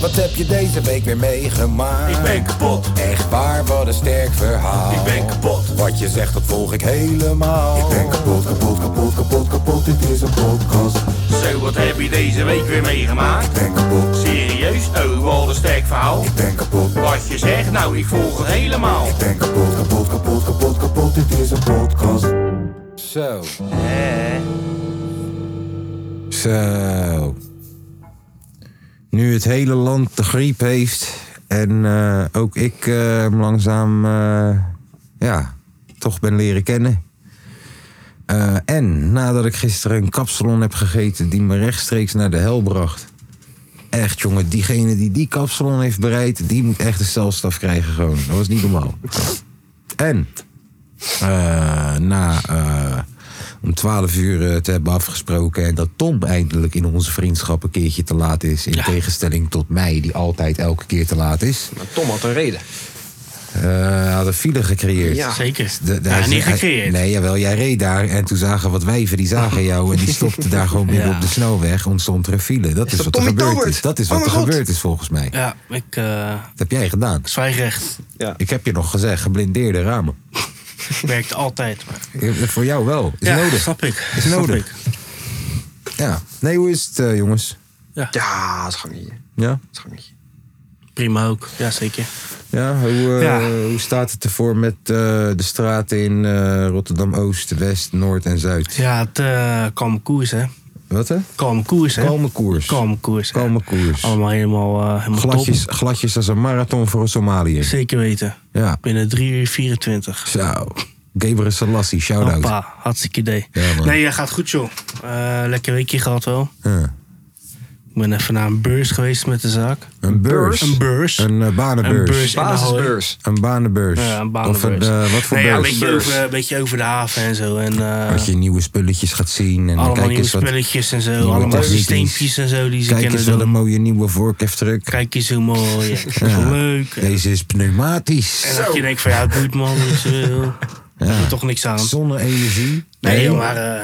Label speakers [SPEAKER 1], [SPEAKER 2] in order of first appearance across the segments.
[SPEAKER 1] Wat heb je deze week weer meegemaakt?
[SPEAKER 2] Ik ben kapot.
[SPEAKER 1] Echt waar, wat een sterk verhaal.
[SPEAKER 2] Ik ben kapot.
[SPEAKER 1] Wat je zegt, dat volg ik helemaal.
[SPEAKER 3] Ik ben kapot, kapot, kapot, kapot, kapot. Dit is een podcast.
[SPEAKER 2] Zo, wat heb je deze week weer meegemaakt?
[SPEAKER 3] Ik ben kapot.
[SPEAKER 2] Serieus? Oh, wat een sterk verhaal.
[SPEAKER 3] Ik ben kapot.
[SPEAKER 2] Wat je zegt, nou, ik volg het helemaal.
[SPEAKER 3] Ik ben kapot, kapot, kapot, kapot, kapot. Dit is een podcast.
[SPEAKER 1] Zo.
[SPEAKER 2] Eh,
[SPEAKER 4] Zo. Nu het hele land de griep heeft en eh, ook ik eh, hem langzaam eh, ja, toch ben leren kennen. Eh, en nadat ik gisteren een kapsalon heb gegeten die me rechtstreeks naar de hel bracht. Echt jongen, diegene die die kapsalon heeft bereid, die moet echt de celstaf krijgen gewoon. Dat was niet normaal. En eh, na eh, om 12 uur eh, te hebben afgesproken. En dat Tom eindelijk in onze vriendschap een keertje te laat is. In tegenstelling tot mij, die altijd elke keer te laat is.
[SPEAKER 5] Maar Tom had een reden.
[SPEAKER 4] Eh, hij had een file gecreëerd.
[SPEAKER 5] Ja.
[SPEAKER 6] Zeker.
[SPEAKER 4] De- de-
[SPEAKER 6] Ja,
[SPEAKER 4] hij-
[SPEAKER 6] niet
[SPEAKER 4] hij-
[SPEAKER 6] gecreëerd.
[SPEAKER 4] nee, Eh, jawel, jij reed daar en toen zagen wat wijven, die zagen jou en die stopten daar gewoon midden
[SPEAKER 6] Ja.
[SPEAKER 4] op de snelweg. Ontstond er een file. Dat is,
[SPEAKER 5] dat
[SPEAKER 4] wat er
[SPEAKER 5] Tommy
[SPEAKER 4] gebeurd
[SPEAKER 5] Tobert?
[SPEAKER 4] is. Dat is
[SPEAKER 5] Oh
[SPEAKER 4] wat er
[SPEAKER 5] mijn God.
[SPEAKER 4] gebeurd is volgens mij.
[SPEAKER 6] Ja, ik eh
[SPEAKER 4] Dat heb jij gedaan.
[SPEAKER 6] zwijgrecht
[SPEAKER 4] Ik heb je nog gezegd, geblindeerde ramen.
[SPEAKER 6] werkt altijd. Maar,
[SPEAKER 4] Eh, Voor jou wel. Is
[SPEAKER 6] ja,
[SPEAKER 4] nodig.
[SPEAKER 6] snap ik.
[SPEAKER 4] Is
[SPEAKER 6] snap
[SPEAKER 4] nodig.
[SPEAKER 6] ik.
[SPEAKER 4] Ja. Nee, hoe is het, eh, jongens?
[SPEAKER 5] Ja, dat is gangetje. Dat
[SPEAKER 4] Ja?
[SPEAKER 5] is gangetje.
[SPEAKER 6] Prima ook. Ja, zeker.
[SPEAKER 4] Ja, hoe, eh,
[SPEAKER 6] Ja.
[SPEAKER 4] hoe staat het ervoor met eh, de straten in eh, Rotterdam Oost, West, Noord en Zuid?
[SPEAKER 6] Ja, het eh kalme koers, hè.
[SPEAKER 4] Wat hè?
[SPEAKER 6] Kalme koers, hè.
[SPEAKER 4] Kalme koers.
[SPEAKER 6] Kalme koers. hè.
[SPEAKER 4] Kalme koers.
[SPEAKER 6] Allemaal helemaal, eh helemaal
[SPEAKER 4] Gladjes,
[SPEAKER 6] top.
[SPEAKER 4] gladjes als een marathon voor een Somaliër.
[SPEAKER 6] Zeker weten.
[SPEAKER 4] Ja.
[SPEAKER 6] Binnen 3 uur 24.
[SPEAKER 4] Zo. Gabriel Selassie, shout-out.
[SPEAKER 6] Hoppa, hartstikke idee.
[SPEAKER 4] Ja, man.
[SPEAKER 6] nee, ja, gaat goed, joh. Eh, lekker weekje gehad wel.
[SPEAKER 4] Ja.
[SPEAKER 6] Ik ben even naar een beurs geweest met de zaak.
[SPEAKER 4] Een beurs.
[SPEAKER 6] Een beurs.
[SPEAKER 4] Een eh,
[SPEAKER 6] Een
[SPEAKER 4] banenbeurs.
[SPEAKER 6] beurs in Ahoy.
[SPEAKER 5] Basisbeurs.
[SPEAKER 4] Een banenbeurs.
[SPEAKER 6] Ja, een
[SPEAKER 4] Of een,
[SPEAKER 6] banenbeurs.
[SPEAKER 4] eh, wat voor
[SPEAKER 6] nee, ja, een
[SPEAKER 4] beurs?
[SPEAKER 6] beetje,
[SPEAKER 5] Beurs.
[SPEAKER 6] over, een beetje over de haven en zo. En, eh,
[SPEAKER 4] Dat je nieuwe spulletjes gaat zien. En
[SPEAKER 6] allemaal
[SPEAKER 4] kijk
[SPEAKER 6] nieuwe
[SPEAKER 4] eens wat,
[SPEAKER 6] spulletjes en zo.
[SPEAKER 4] nieuwe
[SPEAKER 6] Allemaal
[SPEAKER 4] techniek is.
[SPEAKER 6] systeempjes en zo die ze
[SPEAKER 4] kijk
[SPEAKER 6] kennen
[SPEAKER 4] eens wat
[SPEAKER 6] doen.
[SPEAKER 4] een mooie nieuwe vorkheftruck.
[SPEAKER 6] Kijk eens hoe mooi. Ja. Dat is
[SPEAKER 4] Ja.
[SPEAKER 6] Leuk.
[SPEAKER 4] Deze is pneumatisch.
[SPEAKER 6] En dat je denkt van ja, het doet man. Dus, eh, Daar doe je toch niks aan.
[SPEAKER 4] Zonne-energie.
[SPEAKER 6] Nee, joh, maar eh,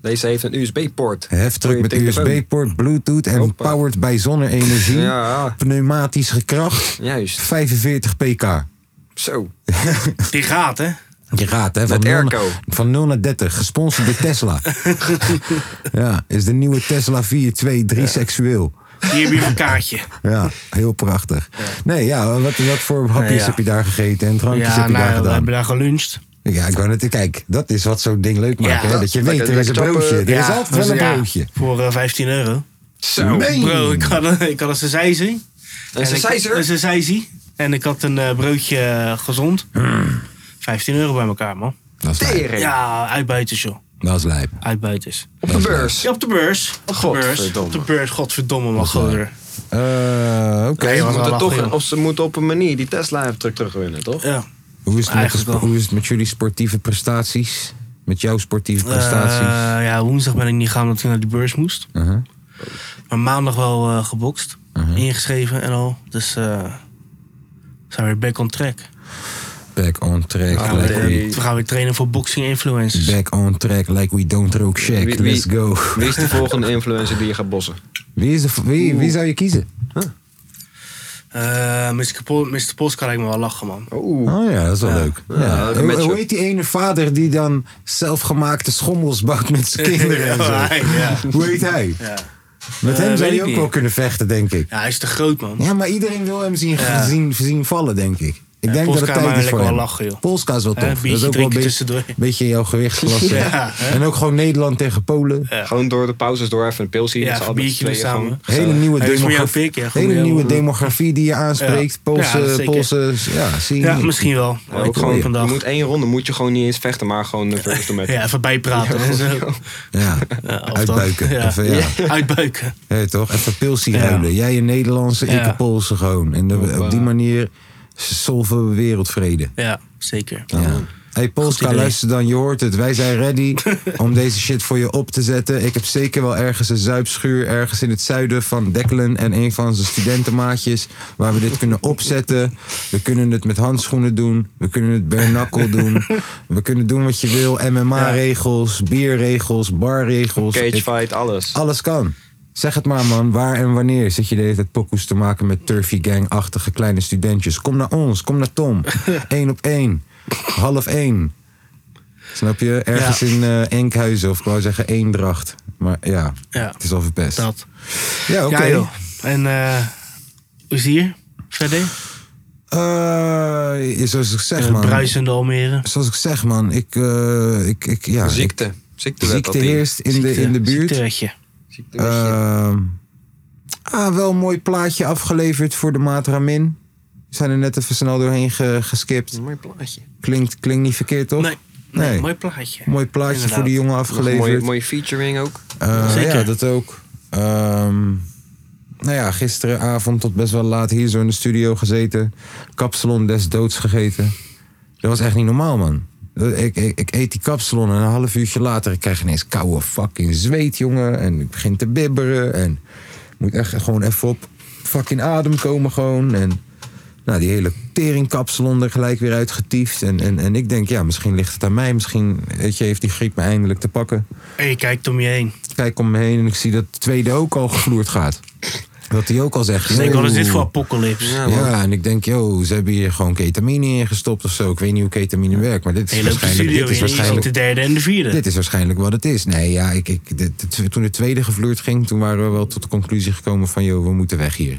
[SPEAKER 5] Deze heeft een USB-poort.
[SPEAKER 4] Heftruck met
[SPEAKER 5] Voor je telefoon.
[SPEAKER 4] USB-poort, Bluetooth en
[SPEAKER 5] Hoppa.
[SPEAKER 4] powered bij zonne-energie.
[SPEAKER 5] Ja,
[SPEAKER 4] Pneumatisch gekracht.
[SPEAKER 5] juist.
[SPEAKER 4] 45 pk.
[SPEAKER 5] Zo.
[SPEAKER 6] die gaat hè.
[SPEAKER 4] Je raadt, hè? Van,
[SPEAKER 5] Met
[SPEAKER 4] nul,
[SPEAKER 5] airco.
[SPEAKER 4] van 0 naar 30. Gesponsord door Tesla. ja, is de nieuwe Tesla 423 seksueel.
[SPEAKER 6] Hier heb je een kaartje.
[SPEAKER 4] Ja, heel prachtig. Nee, ja, wat, wat voor hapjes
[SPEAKER 6] Nee, ja.
[SPEAKER 4] heb je daar gegeten en drankjes
[SPEAKER 6] Ja,
[SPEAKER 4] heb je daar
[SPEAKER 6] nou, we
[SPEAKER 4] gedaan?
[SPEAKER 6] hebben daar geluncht.
[SPEAKER 4] Ja, ik wou net kijk, dat is wat zo'n ding leuk maakt.
[SPEAKER 6] Ja,
[SPEAKER 4] hè?
[SPEAKER 6] dat-
[SPEAKER 4] Dat je weet,
[SPEAKER 5] lekker-
[SPEAKER 4] er is een
[SPEAKER 5] lekker
[SPEAKER 4] broodje. Er
[SPEAKER 5] tappen.
[SPEAKER 4] is altijd wel
[SPEAKER 6] dus
[SPEAKER 4] een
[SPEAKER 6] ja,
[SPEAKER 4] broodje.
[SPEAKER 6] Voor eh, 15 euro.
[SPEAKER 5] Zo.
[SPEAKER 6] Bro, ik had, een- ik had een sazijzie.
[SPEAKER 5] En ze
[SPEAKER 6] ik-
[SPEAKER 5] zei
[SPEAKER 6] Een
[SPEAKER 5] ze
[SPEAKER 6] sazijzie. En ik had een eh, broodje eh, gezond.
[SPEAKER 4] Hmm.
[SPEAKER 6] 15 euro bij elkaar, man.
[SPEAKER 4] Dat is lijp.
[SPEAKER 5] Tering.
[SPEAKER 6] Ja, uitbuiters, joh.
[SPEAKER 4] Dat is lijp.
[SPEAKER 6] Uitbuiters.
[SPEAKER 5] Op de beurs.
[SPEAKER 6] Ja, op de beurs. Op de beurs.
[SPEAKER 5] Godverdomme.
[SPEAKER 6] Op de beurs, godverdomme, man. Goder.
[SPEAKER 4] Eh, Oké.
[SPEAKER 5] Ze
[SPEAKER 6] was wel
[SPEAKER 5] moeten
[SPEAKER 6] lachen,
[SPEAKER 5] toch,
[SPEAKER 6] joh.
[SPEAKER 5] of ze moeten op een manier die Tesla-truck terugwinnen, toch?
[SPEAKER 6] Ja.
[SPEAKER 4] Hoe is, het met de
[SPEAKER 6] Eigenlijk
[SPEAKER 4] spo-
[SPEAKER 6] wel.
[SPEAKER 4] hoe is het met jullie sportieve prestaties? Met jouw sportieve prestaties?
[SPEAKER 6] Eh, ja, woensdag ben ik niet gaan omdat ik naar de beurs moest.
[SPEAKER 4] Uh-huh.
[SPEAKER 6] Maar maandag wel eh, gebokst. Ingeschreven en al. Dus eh zijn weer back on track.
[SPEAKER 4] Back on track,
[SPEAKER 5] Ah,
[SPEAKER 4] like
[SPEAKER 5] nee.
[SPEAKER 4] we,
[SPEAKER 6] We gaan weer trainen voor boxing influencers.
[SPEAKER 4] back on track, like we don't rock shack.
[SPEAKER 5] Wie- wie-
[SPEAKER 4] Let's go.
[SPEAKER 5] Wie is de volgende influencer die je gaat bossen?
[SPEAKER 4] Wie, is de, wie, wie zou je kiezen?
[SPEAKER 6] Eh, Mr. Pol- Mr. Polska lijkt me wel lachen, man.
[SPEAKER 5] Oeh.
[SPEAKER 4] Oh ja, dat is wel leuk. Ja.
[SPEAKER 5] Ja, leuk
[SPEAKER 4] Hoe,
[SPEAKER 5] matchup.
[SPEAKER 4] hoe heet die ene vader die dan zelfgemaakte schommels bouwt met zijn kinderen en
[SPEAKER 6] Ja,
[SPEAKER 4] zo?
[SPEAKER 6] hij, ja.
[SPEAKER 4] Hoe heet hij?
[SPEAKER 6] Ja.
[SPEAKER 4] Met
[SPEAKER 6] Eh,
[SPEAKER 4] hem
[SPEAKER 6] weet
[SPEAKER 4] zou
[SPEAKER 6] ik
[SPEAKER 4] je ook
[SPEAKER 6] niet.
[SPEAKER 4] wel kunnen vechten, denk ik.
[SPEAKER 6] ja, hij is te groot, man.
[SPEAKER 4] Ja, maar iedereen wil hem zien,
[SPEAKER 6] Ja.
[SPEAKER 4] zien, zien vallen, denk ik. Ik denk
[SPEAKER 6] Polska
[SPEAKER 4] dat het
[SPEAKER 6] maar
[SPEAKER 4] tijd is
[SPEAKER 6] lekker
[SPEAKER 4] voor
[SPEAKER 6] wel
[SPEAKER 4] hem.
[SPEAKER 6] lachen, joh.
[SPEAKER 4] Polska is wel tof.
[SPEAKER 6] Hè,
[SPEAKER 4] dat is
[SPEAKER 6] biertje
[SPEAKER 4] ook wel een
[SPEAKER 6] drinken
[SPEAKER 4] beetje,
[SPEAKER 6] tussendoor.
[SPEAKER 4] beetje in jouw gewichtsklasse.
[SPEAKER 6] Ja, hè?
[SPEAKER 4] en ook gewoon Nederland tegen Polen.
[SPEAKER 5] Gewoon door de pauzes door even een pil zien.
[SPEAKER 6] Ja, een biertje doen samen.
[SPEAKER 4] Hele nieuwe,
[SPEAKER 6] Hey, dus dat is voor jou
[SPEAKER 4] demografie,
[SPEAKER 6] pik, ja, gewoon
[SPEAKER 4] hele
[SPEAKER 6] heel-
[SPEAKER 4] nieuwe demografie die je aanspreekt.
[SPEAKER 6] Ja.
[SPEAKER 4] Poolse,
[SPEAKER 6] Ja, zeker.
[SPEAKER 4] Poolse, ja, zie je
[SPEAKER 6] Ja,
[SPEAKER 4] niet.
[SPEAKER 6] misschien wel. ik
[SPEAKER 5] Ja, ook
[SPEAKER 6] gewoon
[SPEAKER 5] gewoon, je
[SPEAKER 6] vandaag.
[SPEAKER 5] moet één ronde moet je gewoon niet eens vechten, maar gewoon een versus met.
[SPEAKER 6] Ja, even bijpraten en zo.
[SPEAKER 4] Ja.
[SPEAKER 6] Ja, of dat-
[SPEAKER 4] Uitbuiken.
[SPEAKER 6] Ja.
[SPEAKER 4] Even, ja.
[SPEAKER 6] Uitbuiken.
[SPEAKER 4] Hé, toch? Even pilsie
[SPEAKER 6] Ja.
[SPEAKER 4] ruilen. Jij een Nederlandse, ik
[SPEAKER 6] Ja.
[SPEAKER 4] een Poolse gewoon. En de- op die manier solven we wereldvrede.
[SPEAKER 6] Ja, zeker.
[SPEAKER 4] Ja. Hey
[SPEAKER 6] Goed
[SPEAKER 4] Polska,
[SPEAKER 6] idee.
[SPEAKER 4] luister dan, je hoort het. Wij zijn ready om deze shit voor je op te zetten. Ik heb zeker wel ergens een zuipschuur ergens in het zuiden van Dekkelen en een van zijn studentenmaatjes waar we dit kunnen opzetten. We kunnen het met handschoenen doen, we kunnen het bare knuckle doen. We kunnen doen wat je wil, MMA-regels, bierregels, barregels.
[SPEAKER 5] Cage
[SPEAKER 4] Ik- Eh,
[SPEAKER 5] fight, alles.
[SPEAKER 4] Alles kan. Zeg het maar, man. Waar en wanneer zit je de hele tijd pokoes te maken met turfy gang-achtige kleine studentjes? Kom naar ons, kom naar Tom. Eén op één. Half één. Snap je? Ergens
[SPEAKER 6] Ja.
[SPEAKER 4] in eh, Enkhuizen, of ik wou zeggen Eendracht. Maar ja,
[SPEAKER 6] Ja.
[SPEAKER 4] het is al verpest.
[SPEAKER 6] Dat.
[SPEAKER 4] Ja, oké.
[SPEAKER 6] Ja, joh. En eh hoe is het hier? Verder?
[SPEAKER 4] Eh, zoals ik zeg,
[SPEAKER 6] Eh,
[SPEAKER 4] man.
[SPEAKER 6] bruisende Almere.
[SPEAKER 4] Zoals ik zeg, man. Ik, eh, ik, ik, ja, ik-
[SPEAKER 5] Ziekte. Ziekte.
[SPEAKER 4] ziekte heerst in de, in de buurt.
[SPEAKER 6] Ziektewetje.
[SPEAKER 4] Ehm, ah, wel een mooi plaatje afgeleverd voor de Matramin. We zijn er net even snel doorheen ge- geskipt.
[SPEAKER 5] Mooi plaatje.
[SPEAKER 4] Klinkt, klinkt niet verkeerd, toch?
[SPEAKER 6] Mm. Nee, nee,
[SPEAKER 4] Nee.
[SPEAKER 6] mooi plaatje.
[SPEAKER 4] Mooi plaatje
[SPEAKER 6] Inderdaad.
[SPEAKER 4] voor die jongen afgeleverd.
[SPEAKER 5] Mooie, mooie featuring ook.
[SPEAKER 4] Eh,
[SPEAKER 6] Zeker.
[SPEAKER 4] Ja, dat ook. Ehm, nou ja, gisteravond tot best wel laat hier zo in de studio gezeten. Kapsalon des doods gegeten. Dat was echt niet normaal, man. Eh, Ik, ik, ik eet die kapsalon en een half uurtje later ik krijg ineens koude fucking zweet, jongen. En ik begin te bibberen en moet echt gewoon even op fucking adem komen gewoon. En nou, die hele teringkapsalon er gelijk weer uitgetiefd. En, en, en ik denk, ja, misschien ligt het aan mij. Misschien weet je, heeft die griep me eindelijk te pakken
[SPEAKER 6] En je kijkt om je heen.
[SPEAKER 4] kijk om me heen en ik zie dat de tweede ook al gevloerd gaat. Dat hij ook al zegt.
[SPEAKER 6] Dus ik denk, wat is dit
[SPEAKER 4] "Yo."
[SPEAKER 6] voor apocalyps?
[SPEAKER 5] Ja, man.
[SPEAKER 4] Ja, en ik denk, yo, ze hebben hier gewoon ketamine in gestopt of zo. Ik weet niet hoe ketamine werkt, maar dit is
[SPEAKER 6] En je loopt de
[SPEAKER 4] waarschijnlijk...
[SPEAKER 6] studio
[SPEAKER 4] Dit is
[SPEAKER 6] in en je ziet
[SPEAKER 4] waarschijnlijk
[SPEAKER 6] de derde en de vierde.
[SPEAKER 4] dit is waarschijnlijk wat het is. Nee, ja, ik, ik, de- de- toen de tweede gevloerd ging, toen waren we wel tot de conclusie gekomen van... joh, we moeten weg hier.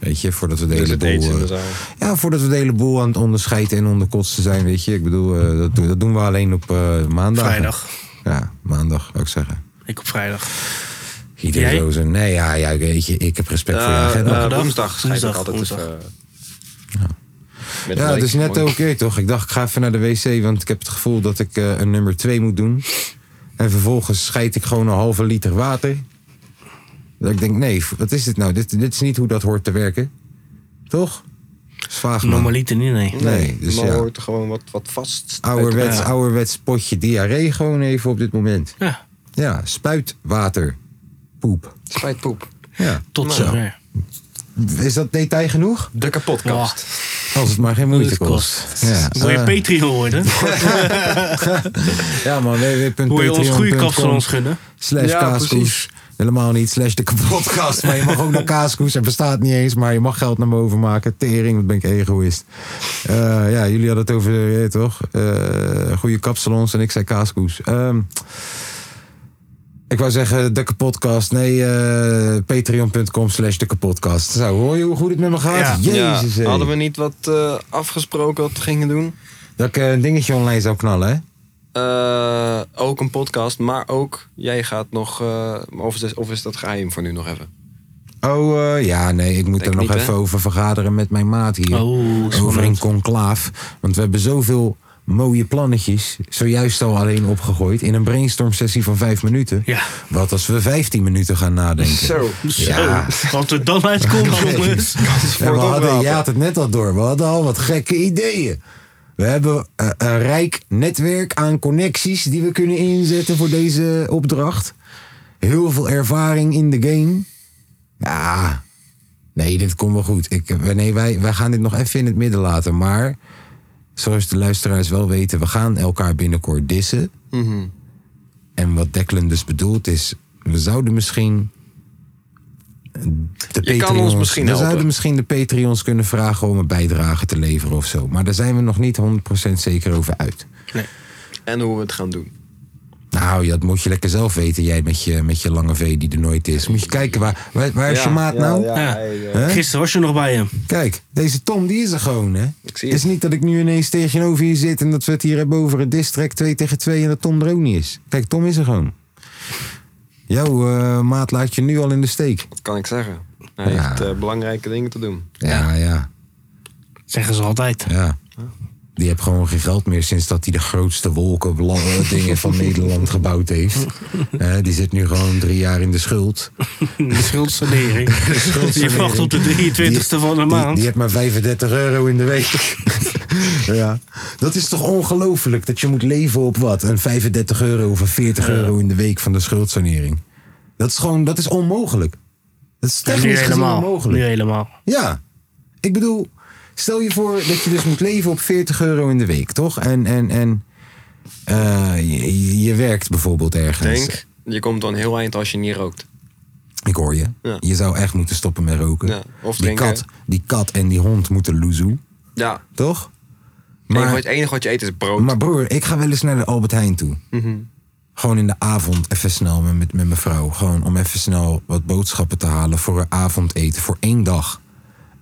[SPEAKER 4] Weet je, voordat we de
[SPEAKER 5] Dus
[SPEAKER 4] hele
[SPEAKER 5] het aids
[SPEAKER 4] boel...
[SPEAKER 5] in de
[SPEAKER 4] eh,
[SPEAKER 5] zaal.
[SPEAKER 4] ja, voordat we de hele boel aan het onderscheiden en onderkotsen zijn, weet je. Ik bedoel, eh, dat, doen- dat doen we alleen op eh maandag.
[SPEAKER 6] Vrijdag.
[SPEAKER 4] Ja, maandag, zou ik zeggen.
[SPEAKER 6] Ik op vrijdag.
[SPEAKER 4] Iedereen
[SPEAKER 6] Jij? Ah,
[SPEAKER 4] zo zijn. Nee, ja, ja, weet je, ik heb respect voor je
[SPEAKER 5] Eh,
[SPEAKER 4] agenda.
[SPEAKER 5] eh,
[SPEAKER 6] Dag.
[SPEAKER 5] woensdag schijnt ik
[SPEAKER 6] Woensdag,
[SPEAKER 5] altijd
[SPEAKER 6] woensdag.
[SPEAKER 5] even, eh, met
[SPEAKER 4] ja,
[SPEAKER 5] een
[SPEAKER 4] het is
[SPEAKER 5] week.
[SPEAKER 4] net ook weer toch. Ik dacht, ik ga even naar de wc, want ik heb het gevoel dat ik eh, een nummer 2 moet doen. En vervolgens scheid ik gewoon een halve liter water. Dat ik denk, nee, wat is dit nou? Dit, dit is niet hoe dat hoort te werken. Toch? Dat is vaag, man.
[SPEAKER 6] Normaliter niet, nee.
[SPEAKER 4] Nee, dus
[SPEAKER 5] maar
[SPEAKER 4] ja.
[SPEAKER 5] hoort er gewoon wat, wat vast.
[SPEAKER 4] Ouderwets,
[SPEAKER 6] Ja.
[SPEAKER 4] ouderwets potje diarree gewoon even op dit moment.
[SPEAKER 6] Ja,
[SPEAKER 4] Ja, spuitwater. Poep.
[SPEAKER 5] Spijtpoep.
[SPEAKER 4] Ja. Nou.
[SPEAKER 6] tot zover.
[SPEAKER 4] Is dat detail genoeg?
[SPEAKER 5] De
[SPEAKER 6] Oh,
[SPEAKER 5] kapotkast.
[SPEAKER 4] Als het maar geen
[SPEAKER 6] hoe
[SPEAKER 4] moeite
[SPEAKER 6] het
[SPEAKER 4] kost.
[SPEAKER 6] kost.
[SPEAKER 4] Ja,
[SPEAKER 6] Wil je
[SPEAKER 4] eh,
[SPEAKER 6] Patreon worden?
[SPEAKER 4] Ja man, www.patreon.com
[SPEAKER 6] Wil je ons goede kapsel ons gunnen?
[SPEAKER 4] Slash
[SPEAKER 5] Ja,
[SPEAKER 4] kaaskoes.
[SPEAKER 5] precies.
[SPEAKER 4] Helemaal niet, slash de podcast. Maar je mag ook naar kaaskoes. Het bestaat niet eens, maar je mag geld naar boven maken. Tering, wat ben ik egoïst. Eh, ja, jullie hadden het over, eh, je weet toch? Eh, goede kapsalons en ik zei kaaskoes. Ehm, ik wou zeggen, de podcast. Nee, eh, patreon.com slash de podcast. Zo, hoor je hoe goed het met me gaat?
[SPEAKER 6] Ja.
[SPEAKER 4] Jezus, hé.
[SPEAKER 5] Hadden we niet wat eh, afgesproken wat we gingen doen?
[SPEAKER 4] Dat ik eh, een dingetje online zou knallen, hè?
[SPEAKER 5] Eh, ook een podcast, maar ook jij gaat nog. eh, of, is, of is dat geheim voor nu nog even?
[SPEAKER 4] Oh, eh, ja, nee, ik moet
[SPEAKER 5] Denk
[SPEAKER 4] er nog
[SPEAKER 5] niet, hè?
[SPEAKER 4] even over vergaderen met mijn maat hier.
[SPEAKER 6] Oh,
[SPEAKER 4] over een
[SPEAKER 6] spannend.
[SPEAKER 4] conclaaf. Want we hebben zoveel mooie plannetjes zojuist al alleen opgegooid... in een brainstormsessie van vijf minuten.
[SPEAKER 6] Ja.
[SPEAKER 4] Wat als we vijftien minuten gaan nadenken?
[SPEAKER 5] Zo.
[SPEAKER 4] Ja.
[SPEAKER 6] Dus Zo, want er dan uitkomt, jongens.
[SPEAKER 4] En we
[SPEAKER 5] dus het
[SPEAKER 4] hadden,
[SPEAKER 5] oprapen.
[SPEAKER 4] je had het net al door. We hadden al wat gekke ideeën. We hebben eh, een rijk netwerk aan connecties die we kunnen inzetten voor deze opdracht. Heel veel ervaring in de game. Ja, nee, dit komt wel goed. Ik, eh, nee, wij, wij gaan dit nog even in het midden laten. Maar zoals de luisteraars wel weten, we gaan elkaar binnenkort dissen.
[SPEAKER 5] Mhm.
[SPEAKER 4] En wat Declan dus bedoelt is, we zouden misschien. De
[SPEAKER 5] Je kan
[SPEAKER 4] Patreons-
[SPEAKER 5] ons misschien
[SPEAKER 4] We
[SPEAKER 5] helpen.
[SPEAKER 4] zouden misschien de Patreons kunnen vragen om een bijdrage te leveren of zo. Maar daar zijn we nog niet 100% zeker over uit.
[SPEAKER 5] En hoe we het gaan doen.
[SPEAKER 4] Nou, ja, dat moet je lekker zelf weten, jij met je, met je lange V die er nooit is. Moet je kijken, waar, waar, waar is je maat nou?
[SPEAKER 6] Ja.
[SPEAKER 5] eh,
[SPEAKER 4] Hè?
[SPEAKER 6] Gisteren was je nog bij hem.
[SPEAKER 4] Kijk, deze Tom die is er gewoon, hè?
[SPEAKER 5] Ik zie
[SPEAKER 4] Het is niet dat ik nu ineens tegenover je zit en dat we het hier hebben over een district 2 tegen 2 en dat Tom er ook niet is. Kijk, Tom is er gewoon. Jouw eh, maat laat je nu al in de steek.
[SPEAKER 5] Dat kan ik zeggen. Hij
[SPEAKER 4] Ja.
[SPEAKER 5] heeft eh, belangrijke dingen te doen.
[SPEAKER 4] Ja, ja,
[SPEAKER 6] Zeggen ze altijd.
[SPEAKER 4] ja. Die heeft gewoon geen geld meer sinds dat hij de grootste wolkenblanke dingen van Nederland gebouwd heeft. Eh, die zit nu gewoon drie jaar in de schuld.
[SPEAKER 6] De schuldsanering. Je wacht op de 23e van de
[SPEAKER 4] Die- Die,
[SPEAKER 6] maand.
[SPEAKER 4] heeft maar 35 euro in de week. ja. Dat is toch ongelooflijk dat je moet leven op wat? Een 35 euro of een 40 euro in de week van de schuldsanering. Dat is gewoon, dat is onmogelijk. Dat is
[SPEAKER 6] Nu
[SPEAKER 4] technisch gezien
[SPEAKER 6] helemaal.
[SPEAKER 4] onmogelijk.
[SPEAKER 6] Nu helemaal.
[SPEAKER 4] Ja, ik bedoel, stel je voor dat je dus moet leven op 40 euro in de week, toch? En, en, en eh, je, je werkt bijvoorbeeld ergens.
[SPEAKER 5] Denk, je komt dan heel eind als je niet rookt.
[SPEAKER 4] Ik hoor je.
[SPEAKER 5] Ja.
[SPEAKER 4] Je zou echt moeten stoppen met roken.
[SPEAKER 5] Ja, of
[SPEAKER 4] die,
[SPEAKER 5] drinken.
[SPEAKER 4] kat, die kat en die hond moeten loezoe,
[SPEAKER 5] Ja,
[SPEAKER 4] toch?
[SPEAKER 5] maar,
[SPEAKER 4] Maar-
[SPEAKER 5] het enige wat je eet is brood.
[SPEAKER 4] Maar broer, ik ga wel eens naar de Albert Heijn toe. Gewoon in de avond even snel met, met, met mijn vrouw. Gewoon om even snel wat boodschappen te halen voor een avondeten. Voor één dag.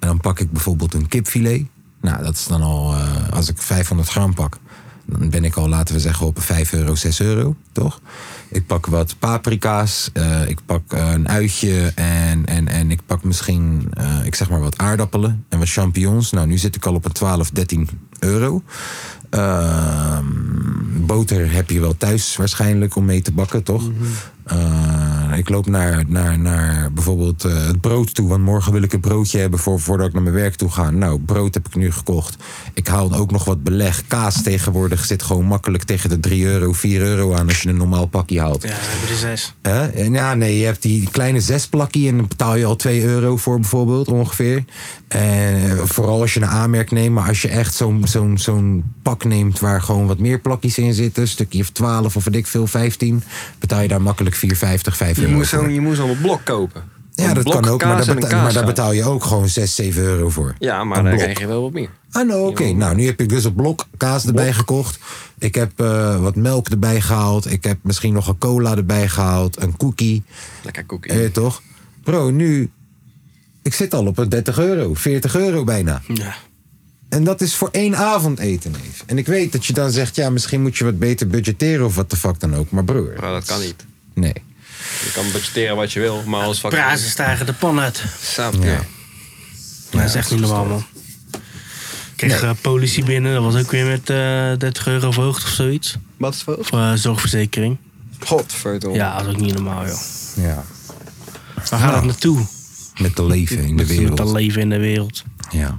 [SPEAKER 4] En dan pak ik bijvoorbeeld een kipfilet. Nou, dat is dan al... eh, als ik 500 gram pak, dan ben ik al, laten we zeggen, op 5 euro, 6 euro. Toch? Ik pak wat paprika's. eh, ik pak eh, een uitje. En, en, en ik pak misschien, eh, ik zeg maar, wat aardappelen. En wat champignons. Nou, nu zit ik al op een 12, 13 euro. Ehm, boter heb je wel thuis waarschijnlijk om mee te bakken, toch? Eh, ik loop naar, naar, naar bijvoorbeeld eh, het brood toe. Want morgen wil ik een broodje hebben voor, voordat ik naar mijn werk toe ga. Nou, brood heb ik nu gekocht. Ik haal ook nog wat beleg. Kaas tegenwoordig zit gewoon makkelijk tegen de 3 euro, 4 euro aan als je een normaal pakje haalt.
[SPEAKER 6] Ja, precies.
[SPEAKER 4] Hè? En ja, nee, je hebt die kleine zesplakkie en daar betaal je al 2 euro voor bijvoorbeeld ongeveer. En eh, vooral als je een aanmerk neemt, maar als je echt zo'n zo'n zo'n pak neemt waar gewoon wat meer plakjes in zitten, een stukje of 12 of weet ik veel, 15, betaal je daar makkelijk 4,50, 5
[SPEAKER 5] je,
[SPEAKER 4] euro.
[SPEAKER 5] moet
[SPEAKER 4] voor.
[SPEAKER 5] zo'n, je moet zo'n blok kopen.
[SPEAKER 4] ja,
[SPEAKER 5] Een
[SPEAKER 4] dat
[SPEAKER 5] blok
[SPEAKER 4] kan ook, maar
[SPEAKER 5] kaas
[SPEAKER 4] daar,
[SPEAKER 5] en een
[SPEAKER 4] betaal, maar daar
[SPEAKER 5] kaaszaad.
[SPEAKER 4] betaal je ook gewoon 6, 7 euro voor.
[SPEAKER 5] Ja, maar
[SPEAKER 4] Een
[SPEAKER 5] dan
[SPEAKER 4] blok.
[SPEAKER 5] krijg je wel wat meer.
[SPEAKER 4] Ah, nou, oké. Nou, nu heb ik dus een blok kaas erbij gekocht. Ik heb eh, wat melk erbij gehaald. Ik heb misschien nog een cola erbij gehaald. Een cookie.
[SPEAKER 5] Lekker koekje.
[SPEAKER 4] Eh, toch? Bro, nu. Ik zit al op een 30 euro, 40 euro bijna.
[SPEAKER 6] Ja.
[SPEAKER 4] En dat is voor één avond eten, neef. En ik weet dat je dan zegt, ja, misschien moet je wat beter budgetteren of wat de fuck dan ook. Maar broer.
[SPEAKER 5] Maar dat kan niet.
[SPEAKER 4] Nee.
[SPEAKER 5] Je kan budgetteren wat je wil, maar als fucking...
[SPEAKER 6] Prazen stijgen de pan uit.
[SPEAKER 5] Saap,
[SPEAKER 4] Ja.
[SPEAKER 5] ja.
[SPEAKER 6] Ja, dat is echt niet normaal, man. Ik kreeg eh, politie binnen, dat was ook weer met eh 30 euro verhoogd of zoiets.
[SPEAKER 5] Wat is het?
[SPEAKER 6] Voor eh, zorgverzekering.
[SPEAKER 5] Godverdomme.
[SPEAKER 6] Ja, dat is ook niet normaal, joh.
[SPEAKER 4] Ja.
[SPEAKER 6] Waar gaat dat naartoe?
[SPEAKER 4] Met de leven in de
[SPEAKER 6] Met- Met dat
[SPEAKER 4] wereld.
[SPEAKER 6] leven in de wereld.
[SPEAKER 4] Ja.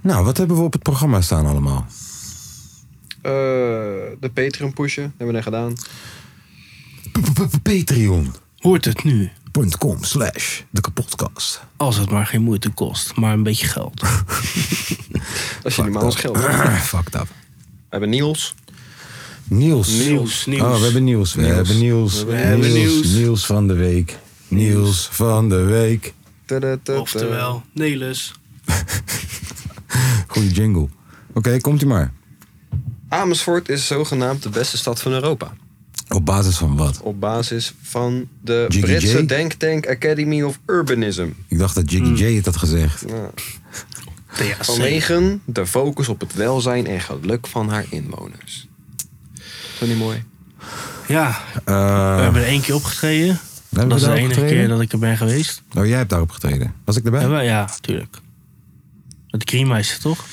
[SPEAKER 4] Nou, wat hebben we op het programma staan allemaal?
[SPEAKER 5] Eh, de Patreon pushen, hebben we net gedaan.
[SPEAKER 4] Patreon.com
[SPEAKER 6] Hoort het nu,
[SPEAKER 4] slash de kapotkast.
[SPEAKER 6] als het maar geen moeite kost, maar een beetje geld.
[SPEAKER 5] Dat is niet maar ons geld. We
[SPEAKER 4] Fuck up.
[SPEAKER 5] hebben Niels.
[SPEAKER 4] Niels.
[SPEAKER 6] Nieuws, nieuws.
[SPEAKER 4] Oh, we hebben nieuws. We
[SPEAKER 5] Nieuws.
[SPEAKER 4] hebben nieuws.
[SPEAKER 5] We hebben
[SPEAKER 6] nieuws.
[SPEAKER 4] Nieuws van de week. Nieuws van de week.
[SPEAKER 5] Tudutudu.
[SPEAKER 6] Oftewel, Nelis.
[SPEAKER 4] Goeie jingle. Oké, komt u maar.
[SPEAKER 5] Amersfoort is zogenaamd de beste stad van Europa.
[SPEAKER 4] Op basis van wat?
[SPEAKER 5] Op basis van de
[SPEAKER 4] Jiggy
[SPEAKER 5] Britse
[SPEAKER 4] J?
[SPEAKER 5] denktank Academy of Urbanism.
[SPEAKER 4] Ik dacht dat
[SPEAKER 6] Hmm.
[SPEAKER 4] Jiggy J het had gezegd.
[SPEAKER 5] Ja.
[SPEAKER 6] THC.
[SPEAKER 5] Vanwege de focus op het welzijn en geluk van haar inwoners. Is dat niet mooi?
[SPEAKER 6] Ja, we
[SPEAKER 4] Eh,
[SPEAKER 6] hebben er één keer opgetreden.
[SPEAKER 4] hebben we
[SPEAKER 6] Dat is de
[SPEAKER 4] daar
[SPEAKER 6] enige
[SPEAKER 4] opgetreden?
[SPEAKER 6] keer dat ik er ben geweest.
[SPEAKER 4] oh, jij hebt daarop getreden. Was ik
[SPEAKER 6] Ja,
[SPEAKER 4] erbij?
[SPEAKER 6] wel, ja tuurlijk. Met de Kriemeister, toch?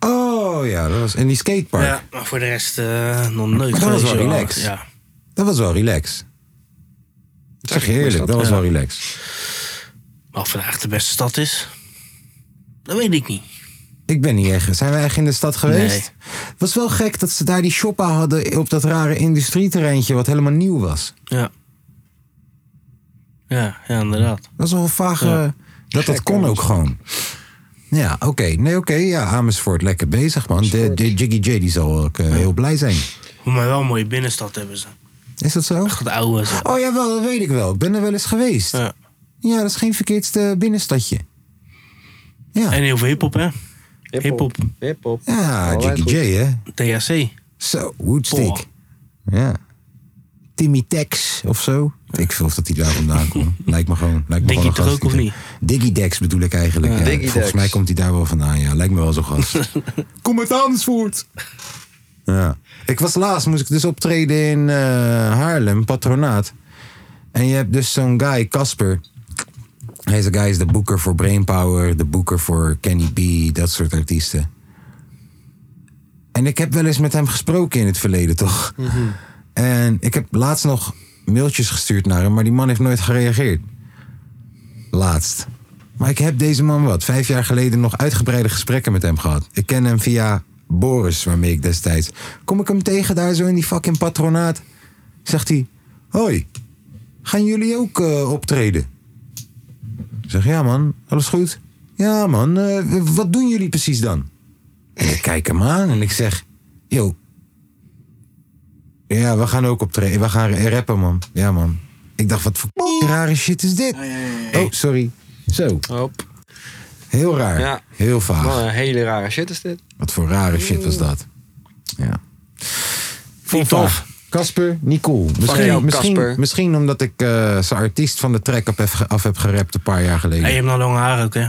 [SPEAKER 4] Oh ja, dat was in die skatepark.
[SPEAKER 6] Ja, maar voor de rest eh, nog
[SPEAKER 4] Maar
[SPEAKER 6] nooit
[SPEAKER 4] dat was
[SPEAKER 6] geweest,
[SPEAKER 4] wel
[SPEAKER 6] joh.
[SPEAKER 4] relaxed.
[SPEAKER 6] Ja.
[SPEAKER 4] Dat was wel relaxed. Ik zeg je eerlijk, dat was wel relaxed.
[SPEAKER 6] Maar of het echt de beste stad is, dat weet ik niet.
[SPEAKER 4] Ik ben niet echt. Zijn we echt in de stad geweest?
[SPEAKER 6] Nee.
[SPEAKER 4] Het was wel gek dat ze daar die shoppa hadden op dat rare industrieterreintje wat helemaal nieuw was.
[SPEAKER 6] Ja. Ja, ja inderdaad.
[SPEAKER 4] Dat is wel een vage. Dat dat kon ook gewoon. Ja, oké. Nee, oké. Ja, Amersfoort lekker bezig, man. De, de Jiggy J die zal ook eh, heel blij zijn.
[SPEAKER 6] Maar wel een mooie binnenstad hebben ze.
[SPEAKER 4] Is dat zo?
[SPEAKER 6] Echt het oude. Zo.
[SPEAKER 4] Oh ja, wel, dat weet ik wel. Ik ben er wel eens geweest.
[SPEAKER 6] Ja.
[SPEAKER 4] Ja, dat is geen verkeerdste binnenstadje. Ja,
[SPEAKER 6] En heel veel hiphop, hè? Hiphop.
[SPEAKER 5] Hip-hop.
[SPEAKER 4] ja
[SPEAKER 5] Alright,
[SPEAKER 4] Jiggy
[SPEAKER 5] Oh, goed.
[SPEAKER 4] J, hè?
[SPEAKER 6] THC.
[SPEAKER 4] Zo, Woodstick. Ja. Timmy Tex of zo. Ik veel of dat hij daar vandaan komt. Lijkt me gewoon. Lijkt me gewoon
[SPEAKER 6] Diggy
[SPEAKER 4] een
[SPEAKER 6] toch
[SPEAKER 4] gast
[SPEAKER 6] ook, of
[SPEAKER 4] die-
[SPEAKER 6] niet?
[SPEAKER 4] Diggy Dex bedoel ik eigenlijk. ja.
[SPEAKER 5] Diggy
[SPEAKER 4] Volgens
[SPEAKER 5] Dex.
[SPEAKER 4] mij komt hij daar wel vandaan. Ja, lijkt me wel zo'n gast. Kom uit Amersfoort. Ja. Ik was laatst, moest ik dus optreden in eh, Haarlem, patronaat. En je hebt dus zo'n guy, Casper. Deze guy is de boeker voor Brainpower, de boeker voor Kenny B, dat soort artiesten. En ik heb wel eens met hem gesproken in het verleden, toch? En ik heb laatst nog mailtjes gestuurd naar hem, maar die man heeft nooit gereageerd. Laatst. Maar ik heb deze man wat, vijf jaar geleden nog uitgebreide gesprekken met hem gehad. Ik ken hem via Boris, waarmee ik destijds. Kom ik hem tegen daar zo in die fucking patronaat? Zegt hij: Hoi, gaan jullie ook eh, optreden? Ik zeg: Ja, man, alles goed? Ja, man, eh, wat doen jullie precies dan? En ik kijk hem aan en ik zeg: Yo, ja, we gaan ook optreden. We gaan rappen, man. Ja, man. Ik dacht, wat voor rare shit is dit? Oh, sorry. Zo,
[SPEAKER 5] Hop.
[SPEAKER 4] heel raar.
[SPEAKER 5] Ja.
[SPEAKER 4] Heel vaag.
[SPEAKER 5] Wat een hele rare shit is dit.
[SPEAKER 4] Wat voor rare shit was dat? Ja.
[SPEAKER 2] Niet tof.
[SPEAKER 4] Casper, niet cool. Misschien,
[SPEAKER 5] jou,
[SPEAKER 4] misschien,
[SPEAKER 5] Casper.
[SPEAKER 4] misschien omdat ik eh, zijn artiest van de track op heb ge- af heb gerapt een paar jaar geleden.
[SPEAKER 6] Hey, je hebt nou lange haar ook, hè?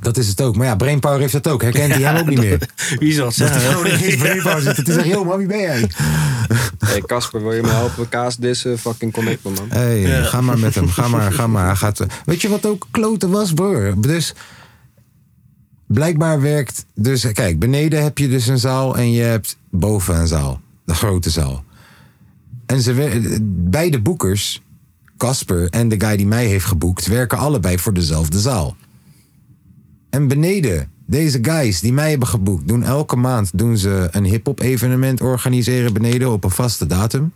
[SPEAKER 4] Dat is het ook. Maar ja, Brainpower heeft dat ook. Herkent hij hem ook niet meer?
[SPEAKER 6] Wie zal het zeggen?
[SPEAKER 5] Oh,
[SPEAKER 6] hè?
[SPEAKER 4] Brainpower zit. Het is echt, yo man, wie ben jij?
[SPEAKER 5] Hey Casper, wil je me helpen? Kaas dissen, fucking connect me man.
[SPEAKER 4] Hey, ga maar met hem. Ga maar, ga maar. Hij gaat, weet je wat ook kloten was, broer? Dus blijkbaar werkt... Dus kijk, beneden heb je dus een zaal en je hebt boven een zaal. De grote zaal. En ze, wer- beide boekers, Casper en de guy die mij heeft geboekt... werken allebei voor dezelfde zaal. En beneden, deze guys die mij hebben geboekt... doen elke maand doen ze een hip-hop evenement organiseren beneden op een vaste datum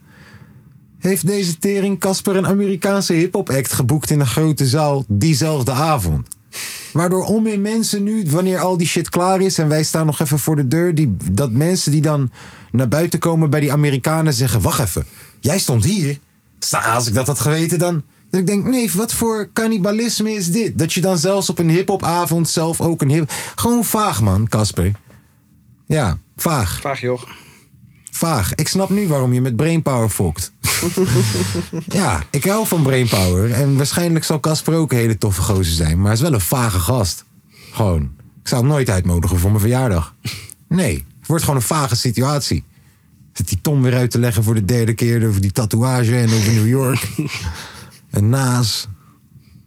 [SPEAKER 4] heeft deze tering Casper een Amerikaanse hip-hop act geboekt in een grote zaal diezelfde avond. Waardoor om in mensen nu, wanneer al die shit klaar is en wij staan nog even voor de deur, die, dat mensen die dan naar buiten komen bij die Amerikanen zeggen: Wacht even, jij stond hier. Sta- Als ik dat had geweten, dan. Dat ik denk: Nee, wat voor cannibalisme is dit? Dat je dan zelfs op een hip-hopavond zelf ook een hip. Gewoon vaag, man, Casper. Ja, vaag.
[SPEAKER 5] Vraag joh.
[SPEAKER 4] Vaag. Ik snap nu waarom je met brainpower fokt. ja, ik hou van brainpower. En waarschijnlijk zal Casper ook een hele toffe gozer zijn. Maar hij is wel een vage gast. Gewoon. Ik zou hem nooit uitnodigen voor mijn verjaardag. Nee, het wordt gewoon een vage situatie. Zit die Tom weer uit te leggen voor de derde keer over die tatoeage en over New York. en naas.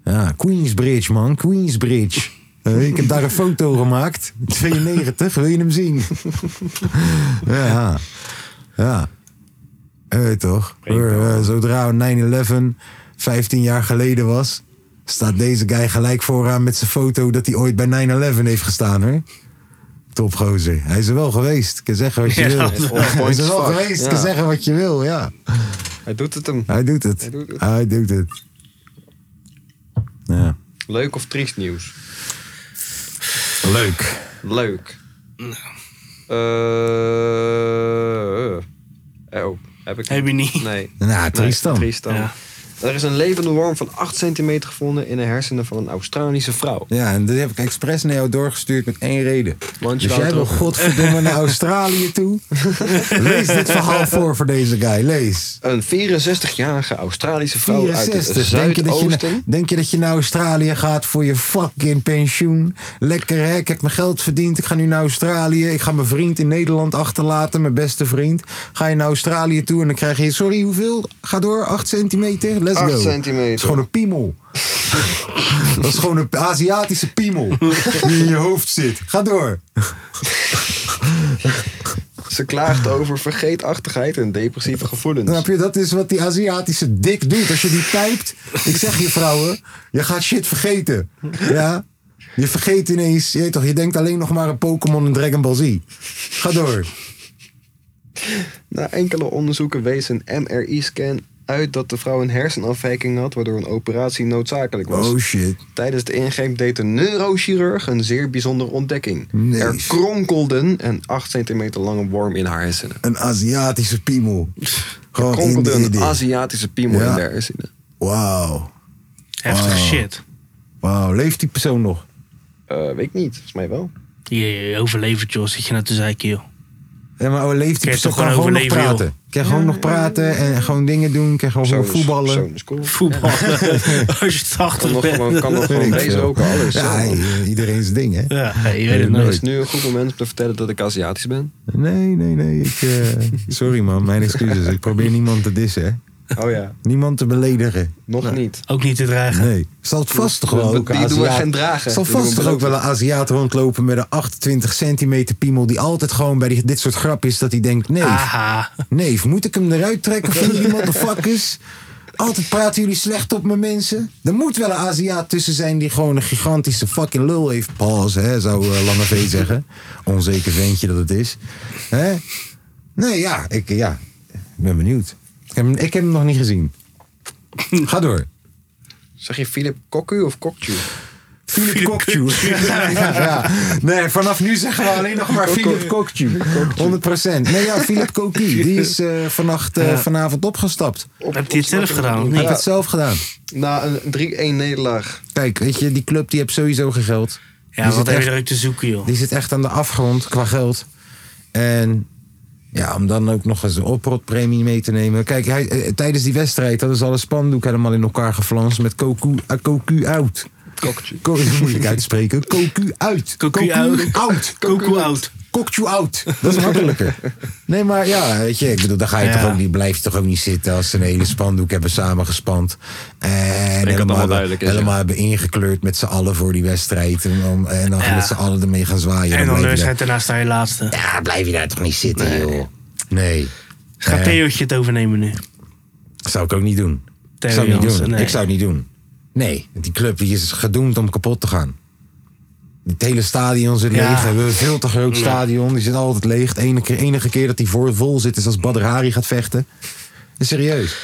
[SPEAKER 4] Ja, Queensbridge, man. Queensbridge. Eh, Ik heb daar een foto gemaakt. 92, wil je hem zien? Ja. Ja. Je weet toch? Eh, zodra 9-11 15 jaar geleden was, staat deze guy gelijk vooraan met zijn foto dat hij ooit bij 9-11 heeft gestaan, hoor. Topgozer. Hij is er wel geweest. Ik kan zeggen wat je
[SPEAKER 6] Ja,
[SPEAKER 4] wil.
[SPEAKER 6] dat is
[SPEAKER 4] Hij is er wel geweest. Ik kan
[SPEAKER 5] Ja.
[SPEAKER 4] zeggen wat je wil, ja.
[SPEAKER 5] Hij doet het hem.
[SPEAKER 4] Hij doet het.
[SPEAKER 5] Hij doet het.
[SPEAKER 4] Hij doet het. Ja.
[SPEAKER 5] Leuk of triest nieuws?
[SPEAKER 4] Leuk.
[SPEAKER 5] Leuk.
[SPEAKER 4] Nou.
[SPEAKER 5] Eh, eh, oh, heb ik
[SPEAKER 6] Heb je niet?
[SPEAKER 5] Nee.
[SPEAKER 4] Nou, triest dan.
[SPEAKER 5] Nee, triest dan.
[SPEAKER 6] Ja.
[SPEAKER 5] Er is een levende worm van 8 centimeter gevonden in de hersenen van een Australische vrouw.
[SPEAKER 4] Ja, en dat heb ik expres naar jou doorgestuurd met één reden.
[SPEAKER 5] Want je
[SPEAKER 4] dus
[SPEAKER 5] wou
[SPEAKER 4] jij wil
[SPEAKER 5] het
[SPEAKER 4] godverdomme naar Australië toe. Lees dit verhaal voor voor deze guy. Lees.
[SPEAKER 5] Een 64-jarige Australische vrouw uit
[SPEAKER 4] 64.
[SPEAKER 5] het
[SPEAKER 4] Denk je, dat je,
[SPEAKER 5] zuidoosten.
[SPEAKER 4] na- denk je dat je naar Australië gaat voor je fucking pensioen? Lekker hè, ik heb mijn geld verdiend. Ik ga nu naar Australië. Ik ga mijn vriend in Nederland achterlaten, mijn beste vriend. Ga je naar Australië toe en dan krijg je, sorry hoeveel? Ga door, 8 centimeter? Let's
[SPEAKER 5] Acht
[SPEAKER 4] go.
[SPEAKER 5] centimeter.
[SPEAKER 4] Het is gewoon een piemel. Dat is gewoon een Aziatische piemel die in je hoofd zit. Ga door. nou-
[SPEAKER 5] Ze klaagt over vergeetachtigheid en depressieve gevoelens.
[SPEAKER 4] Snap je? Dat is wat die Aziatische dik doet. Als je die typt, ik zeg je vrouwen, je gaat shit vergeten. Ja? Je vergeet ineens, je, weet toch, je denkt alleen nog maar aan Pokémon en Dragon Ball Z. Ga door.
[SPEAKER 5] Na enkele onderzoeken wees een MRI-scan uit dat de vrouw een hersenafwijking had, waardoor een operatie noodzakelijk was.
[SPEAKER 4] Oh shit.
[SPEAKER 5] Tijdens de ingreep deed een neurochirurg een zeer bijzondere ontdekking.
[SPEAKER 4] Nee.
[SPEAKER 5] Er kronkelden een 8 centimeter lange worm in haar hersenen.
[SPEAKER 4] Een Aziatische piemel. Gewoon in
[SPEAKER 5] Kronkelde
[SPEAKER 4] de
[SPEAKER 5] een
[SPEAKER 4] idee.
[SPEAKER 5] Aziatische piemel
[SPEAKER 4] Ja.
[SPEAKER 5] in haar hersenen.
[SPEAKER 4] Wauw.
[SPEAKER 6] Heftige
[SPEAKER 4] Wow.
[SPEAKER 6] shit.
[SPEAKER 4] Wauw, leeft die persoon nog?
[SPEAKER 5] Eh, weet ik niet, volgens mij wel.
[SPEAKER 6] Je, je eh, overlevert, joh. Zit je nou te zeiken, joh.
[SPEAKER 4] Ja, maar oh, leeft die
[SPEAKER 6] Kun je
[SPEAKER 4] persoon
[SPEAKER 6] toch
[SPEAKER 4] kan
[SPEAKER 6] gewoon
[SPEAKER 4] gewoon nog
[SPEAKER 6] overleven,
[SPEAKER 4] praten. Kan gewoon nog praten en gewoon dingen doen. Kan gewoon
[SPEAKER 5] Persoon is-
[SPEAKER 4] voetballen.
[SPEAKER 5] persoon is cool.
[SPEAKER 6] Voetbal. Als je 80
[SPEAKER 5] Kan nog
[SPEAKER 6] bent.
[SPEAKER 5] gewoon, kan nog
[SPEAKER 4] Weet
[SPEAKER 5] gewoon
[SPEAKER 4] ik
[SPEAKER 5] deze
[SPEAKER 4] veel.
[SPEAKER 5] ook alles.
[SPEAKER 4] Ja,
[SPEAKER 5] Eh,
[SPEAKER 4] i- iedereen's ding, hè?
[SPEAKER 6] Ja, hey, je weet het
[SPEAKER 4] Nee,
[SPEAKER 5] Het
[SPEAKER 6] nooit.
[SPEAKER 5] is nu een goed moment om te vertellen dat ik Aziatisch ben.
[SPEAKER 4] Nee, nee, nee. Ik, eh, sorry man, mijn excuses. Ik probeer niemand te dissen. Hè.
[SPEAKER 5] Oh ja,
[SPEAKER 4] Niemand te beledigen.
[SPEAKER 5] nog niet.
[SPEAKER 6] Ook niet te dreigen.
[SPEAKER 4] Nee. Zal het vast toch wel
[SPEAKER 5] Die
[SPEAKER 4] ook een
[SPEAKER 5] doen we
[SPEAKER 4] Aziat-
[SPEAKER 5] geen dragen.
[SPEAKER 4] Zal
[SPEAKER 5] Die doen
[SPEAKER 4] vast
[SPEAKER 5] we
[SPEAKER 4] toch ook wel een Aziat rondlopen met een 28 centimeter piemel die altijd gewoon bij die- dit soort grapjes dat hij denkt, nee,
[SPEAKER 5] Ah,
[SPEAKER 6] Aha.
[SPEAKER 4] nee, moet ik hem eruit trekken van die motherfuckers? Altijd praten jullie slecht op me mensen. Er moet wel een Aziat tussen zijn die gewoon een gigantische fucking lul heeft. Pause, hè, zou eh, Lange V zeggen. Onzeker ventje dat het is. Hè? Nee, ja, ik ja, ik ben benieuwd. Ik heb, hem- ik heb hem nog niet gezien. Ga door.
[SPEAKER 5] Zeg je Philip Kokku of Kokju?
[SPEAKER 4] Philip Kokju. ja, ja. Nee, vanaf nu zeggen we alleen nog maar Philip Kokju. 100%. Nee, ja, Philip Koki. Die is eh, vannacht, eh, vanavond opgestapt.
[SPEAKER 6] Heb je het zelf gedaan? of
[SPEAKER 4] Hij
[SPEAKER 6] niet?
[SPEAKER 4] heeft het zelf gedaan.
[SPEAKER 5] Na een 3-1 nederlaag.
[SPEAKER 4] Kijk, weet je, die club die heeft sowieso geen geld.
[SPEAKER 6] Ja,
[SPEAKER 4] zit
[SPEAKER 6] wat heb
[SPEAKER 4] echt-
[SPEAKER 6] je eruit te zoeken, joh?
[SPEAKER 4] Die zit echt aan de afgrond qua geld. En ja, om dan ook nog eens een oprotpremie mee te nemen. Kijk, hij, eh, tijdens die wedstrijd hadden ze al een spandoek helemaal in elkaar geflanst met Koku, eh, Koku out.
[SPEAKER 5] Kokju.
[SPEAKER 4] Ko- dat moet ik uitspreken. Koku uit.
[SPEAKER 6] Koku out.
[SPEAKER 4] out.
[SPEAKER 6] Koku out.
[SPEAKER 4] Kokju out. Dat is makkelijker. Nee, maar ja, weet je, ik bedoel, daar ga je
[SPEAKER 6] Ja.
[SPEAKER 4] toch ook niet, blijf je toch ook niet zitten als ze een hele spandoek hebben samengespand. En helemaal,
[SPEAKER 5] allemaal
[SPEAKER 4] hebben-
[SPEAKER 5] duidelijk is, ja.
[SPEAKER 4] helemaal hebben ingekleurd met z'n allen voor die wedstrijd. En, om- en dan
[SPEAKER 6] Ja.
[SPEAKER 4] met z'n allen ermee gaan zwaaien.
[SPEAKER 6] En dan de
[SPEAKER 4] blijf je
[SPEAKER 6] wedstrijd daarna sta je laatste.
[SPEAKER 4] daar- ja, blijf je daar toch niet zitten, joh. Nee.
[SPEAKER 6] Gaat Theo'tje het overnemen nu?
[SPEAKER 4] Zou ik ook niet doen.
[SPEAKER 6] Theo
[SPEAKER 4] zou ik niet
[SPEAKER 6] Jansen,
[SPEAKER 4] doen.
[SPEAKER 6] nee.
[SPEAKER 4] Ik zou het niet doen. Nee, want die club die is gedoemd om kapot te gaan. Het hele stadion zit
[SPEAKER 6] Ja.
[SPEAKER 4] leeg. We hebben een veel te groot stadion. Die zit altijd leeg. Het enige, enige keer dat die voor vol zit is als Badr Hari gaat vechten. Serieus.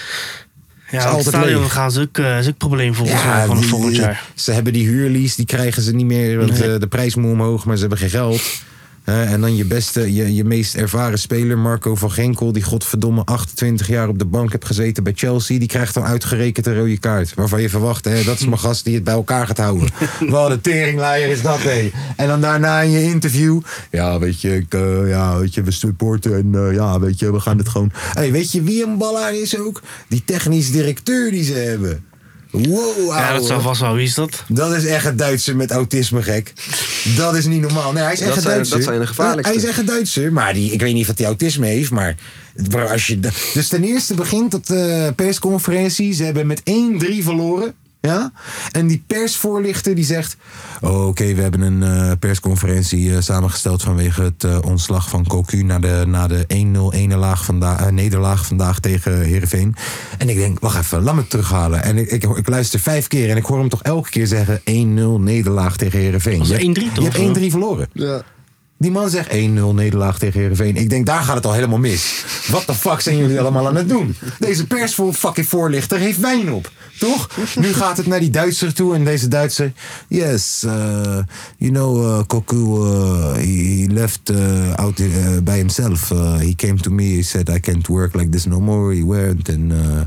[SPEAKER 6] Ja, want
[SPEAKER 4] altijd
[SPEAKER 6] het stadion
[SPEAKER 4] leeg.
[SPEAKER 6] gaan ze ook, eh, is ook een probleem volgens mij van het
[SPEAKER 4] die-
[SPEAKER 6] volgend jaar.
[SPEAKER 4] Ze hebben die huurlease, die krijgen ze niet meer. Want eh, de prijs moet omhoog, maar ze hebben geen geld. Eh, en dan je beste, je, je meest ervaren speler, Marco van Genkel... die godverdomme 28 jaar op de bank heeft gezeten bij Chelsea... die krijgt dan uitgerekend een rode kaart. Waarvan je verwacht, hè, dat is mijn gast die het bij elkaar gaat houden. Wat een teringlaaier is dat, hé. En dan daarna in je interview... Ja, weet je, ik, eh, ja, weet je we supporten en eh, ja, weet je, we gaan het gewoon... Hey, weet je wie een ballaar is ook? Die technisch directeur die ze hebben. Wow,
[SPEAKER 6] Ja, dat
[SPEAKER 4] ouwe.
[SPEAKER 6] zou vast wel. Wie is dat?
[SPEAKER 4] Dat is echt een Duitser met autisme gek. Dat is niet normaal. Nee, hij is
[SPEAKER 5] Dat
[SPEAKER 4] echt een
[SPEAKER 5] zijn-
[SPEAKER 4] Duitser.
[SPEAKER 5] dat zijn de gevaarlijkste.
[SPEAKER 4] Hij is echt een Duitser, maar die, ik weet niet of hij autisme heeft, maar... bro, als je, da- dus ten eerste begint dat eh, persconferentie. Ze hebben met 1-3 verloren. Ja? En die persvoorlichter die zegt... "Oh, Oké, we hebben een eh, persconferentie eh, samengesteld vanwege het eh, ontslag van Cocu... na de, na de 1-0 nederlaag vandaag, eh, nederlaag vandaag tegen Heerenveen. En ik denk, wacht even, laat me het terughalen. En ik, ik, ik luister vijf keer en ik hoor hem toch elke keer zeggen... 1-0 nederlaag tegen Heerenveen.
[SPEAKER 6] Was
[SPEAKER 4] Je
[SPEAKER 6] het
[SPEAKER 4] hebt-
[SPEAKER 6] 1-3 toch?
[SPEAKER 4] Je hebt 1-3 verloren.
[SPEAKER 5] Ja.
[SPEAKER 4] Die man zegt 1-0 nederlaag tegen Heerenveen. Ik denk, daar gaat het al helemaal mis. Wat de fuck zijn jullie allemaal aan het doen? Deze pers voor fucking voorlichter heeft wijn op. Toch? Nu gaat het naar die Duitser toe. En deze Duitser... Yes, eh, you know, eh, Cocu, eh, he, he left eh, out eh, by himself. Eh, he came to me, he said, I can't work like this no more. He went and... eh,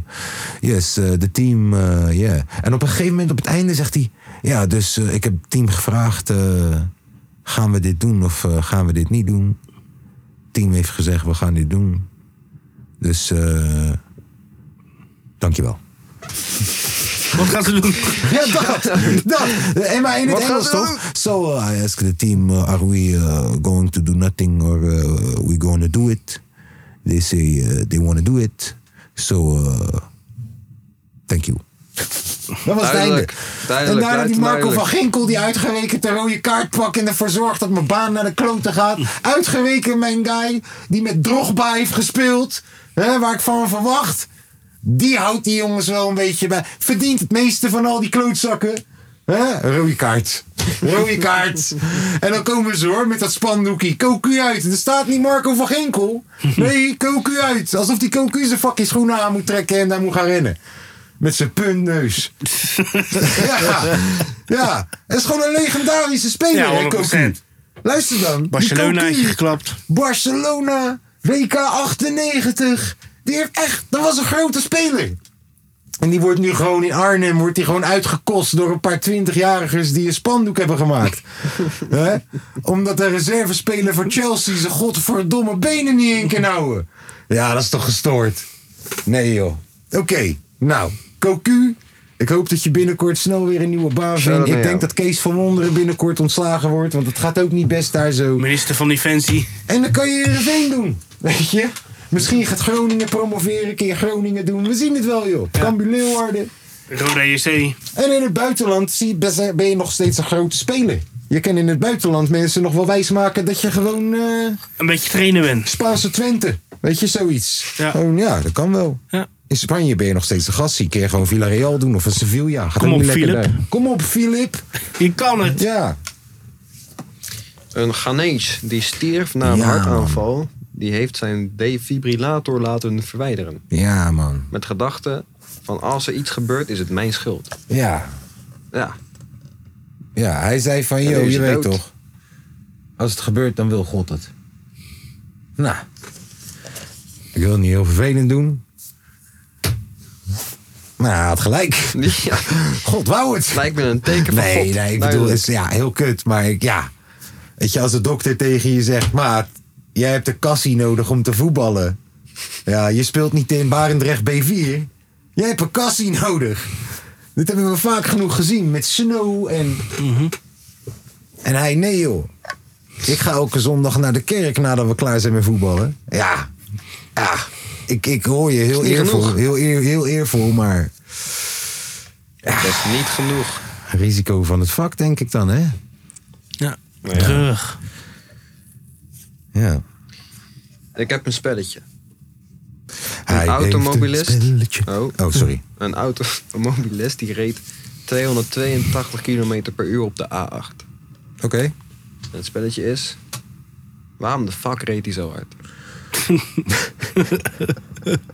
[SPEAKER 4] yes, eh, the team, eh, yeah. En op een gegeven moment, op het einde, zegt hij... Ja, dus eh, ik heb het team gevraagd... eh, gaan we dit doen of eh, gaan we dit niet doen? Het team heeft gezegd, we gaan dit doen. Dus, eh dankjewel.
[SPEAKER 6] Wat gaan ze doen?
[SPEAKER 4] Ja, dat! dat. En maar in het
[SPEAKER 5] Wat gaan
[SPEAKER 4] Engels
[SPEAKER 5] ze
[SPEAKER 4] toch? So uh, I asked the team, uh, are we uh, going to do nothing or uh, we going to do it? They say uh, they want to do it. So, uh, thank you. Dat was het einde.
[SPEAKER 5] Duidelijk, duidelijk,
[SPEAKER 4] en daarna die Marco
[SPEAKER 5] duidelijk.
[SPEAKER 4] van Ginkel die uitgerekend de rode kaart pakt... en ervoor zorgt dat mijn baan naar de kloten gaat. Uitgerekend mijn guy die met Drogba heeft gespeeld. Hè, waar ik van verwacht. Die houdt die jongens wel een beetje bij. Verdient het meeste van al die klootzakken. Hè? Rode kaart. Rode kaart. En dan komen ze hoor met dat spandoekie. Kook u uit. En er staat niet Marco van Ginkel. Nee, kook u uit. Alsof die kook u zijn fucking schoenen aan moet trekken en daar moet gaan rennen. Met zijn puntneus. ja. ja. Het is gewoon een legendarische speler.
[SPEAKER 6] Ja,
[SPEAKER 4] hè,
[SPEAKER 6] 100%.
[SPEAKER 4] Cocu. Luister dan. die
[SPEAKER 6] Barcelona
[SPEAKER 4] Cocu.
[SPEAKER 6] heeft je geklapt.
[SPEAKER 4] Barcelona, WK 98. Die heeft echt, dat was een grote speler. En die wordt nu gewoon in Arnhem wordt die gewoon uitgekost door een paar twintigjarigers die een spandoek hebben gemaakt. Hè? Omdat de reservespeler voor Chelsea zijn godverdomme benen niet in kan houden. Ja, dat is toch gestoord. Nee joh. Oké, nou, Cocu. Ik hoop dat je binnenkort snel weer een nieuwe baan vindt.
[SPEAKER 5] naar
[SPEAKER 4] Ik denk
[SPEAKER 5] jou.
[SPEAKER 4] dat Kees van Wonderen binnenkort ontslagen wordt. Want het gaat ook niet best daar zo.
[SPEAKER 6] Minister van Defensie.
[SPEAKER 4] En dan kan je Heerenveen doen. Weet je? Misschien gaat Groningen promoveren, kun je Groningen doen. We zien het wel, joh. Cambuur Leeuwarden.
[SPEAKER 6] Rode JC.
[SPEAKER 4] En in het buitenland zie, ben ze- ben je nog steeds een grote speler. Je kan in het buitenland mensen nog wel wijsmaken dat je gewoon eh,
[SPEAKER 6] Een beetje trainen bent.
[SPEAKER 4] Spaanse Twente. Weet je, zoiets.
[SPEAKER 6] Ja.
[SPEAKER 4] Gewoon, ja, dat kan wel.
[SPEAKER 6] Ja.
[SPEAKER 4] In Spanje ben je nog steeds een gast. Je kan gewoon Villarreal doen of een Sevilla. Gaat
[SPEAKER 6] Kom
[SPEAKER 4] ook
[SPEAKER 6] op,
[SPEAKER 4] niet lekker
[SPEAKER 6] Philip.
[SPEAKER 4] daar. Kom op, Filip.
[SPEAKER 6] Je kan het.
[SPEAKER 4] Ja.
[SPEAKER 5] Een Ghanese die stierf na een
[SPEAKER 4] Ja,
[SPEAKER 5] hartaanval. Die heeft zijn defibrillator laten verwijderen.
[SPEAKER 4] Ja, man.
[SPEAKER 5] Met gedachte van als er iets gebeurt is het mijn schuld.
[SPEAKER 4] Ja.
[SPEAKER 5] Ja.
[SPEAKER 4] Ja, hij zei van,
[SPEAKER 5] Ja,
[SPEAKER 4] joh,
[SPEAKER 5] die is
[SPEAKER 4] je weet
[SPEAKER 5] dood.
[SPEAKER 4] toch. Als het gebeurt, dan wil God het. Nou, ik wil het niet heel vervelend doen. Maar hij had gelijk.
[SPEAKER 5] Ja,
[SPEAKER 4] God wou het.
[SPEAKER 5] lijkt me een teken van
[SPEAKER 4] Nee,
[SPEAKER 5] God.
[SPEAKER 4] nee, ik bedoel,
[SPEAKER 5] Duidelijk.
[SPEAKER 4] het is ja, heel kut, maar ik, ja. Weet je, als de dokter tegen je zegt, maat, jij hebt een kassie nodig om te voetballen. Ja, je speelt niet in Barendrecht B4. Jij hebt een kassie nodig. Dit hebben we vaak genoeg gezien met snow en...
[SPEAKER 5] Mhm.
[SPEAKER 4] En hij, nee joh. Ik ga elke zondag naar de kerk nadat we klaar zijn met voetballen. Ja, ja. Ik, ik hoor je heel
[SPEAKER 5] Is niet
[SPEAKER 4] eervol,
[SPEAKER 5] genoeg.
[SPEAKER 4] heel, eer, heel eervol, maar
[SPEAKER 5] Dat is niet genoeg.
[SPEAKER 4] risico van het vak denk ik dan, hè?
[SPEAKER 6] Ja, treurig.
[SPEAKER 4] Ja.
[SPEAKER 5] Ik heb een spelletje.
[SPEAKER 4] Hij heeft
[SPEAKER 5] automobilist.
[SPEAKER 4] een spelletje.
[SPEAKER 5] Oh.
[SPEAKER 4] Oh, sorry.
[SPEAKER 5] Een automobilist die reed 282 km per uur op de A8.
[SPEAKER 4] Oké.
[SPEAKER 5] En het spelletje is... Waarom de fuck reed hij zo hard?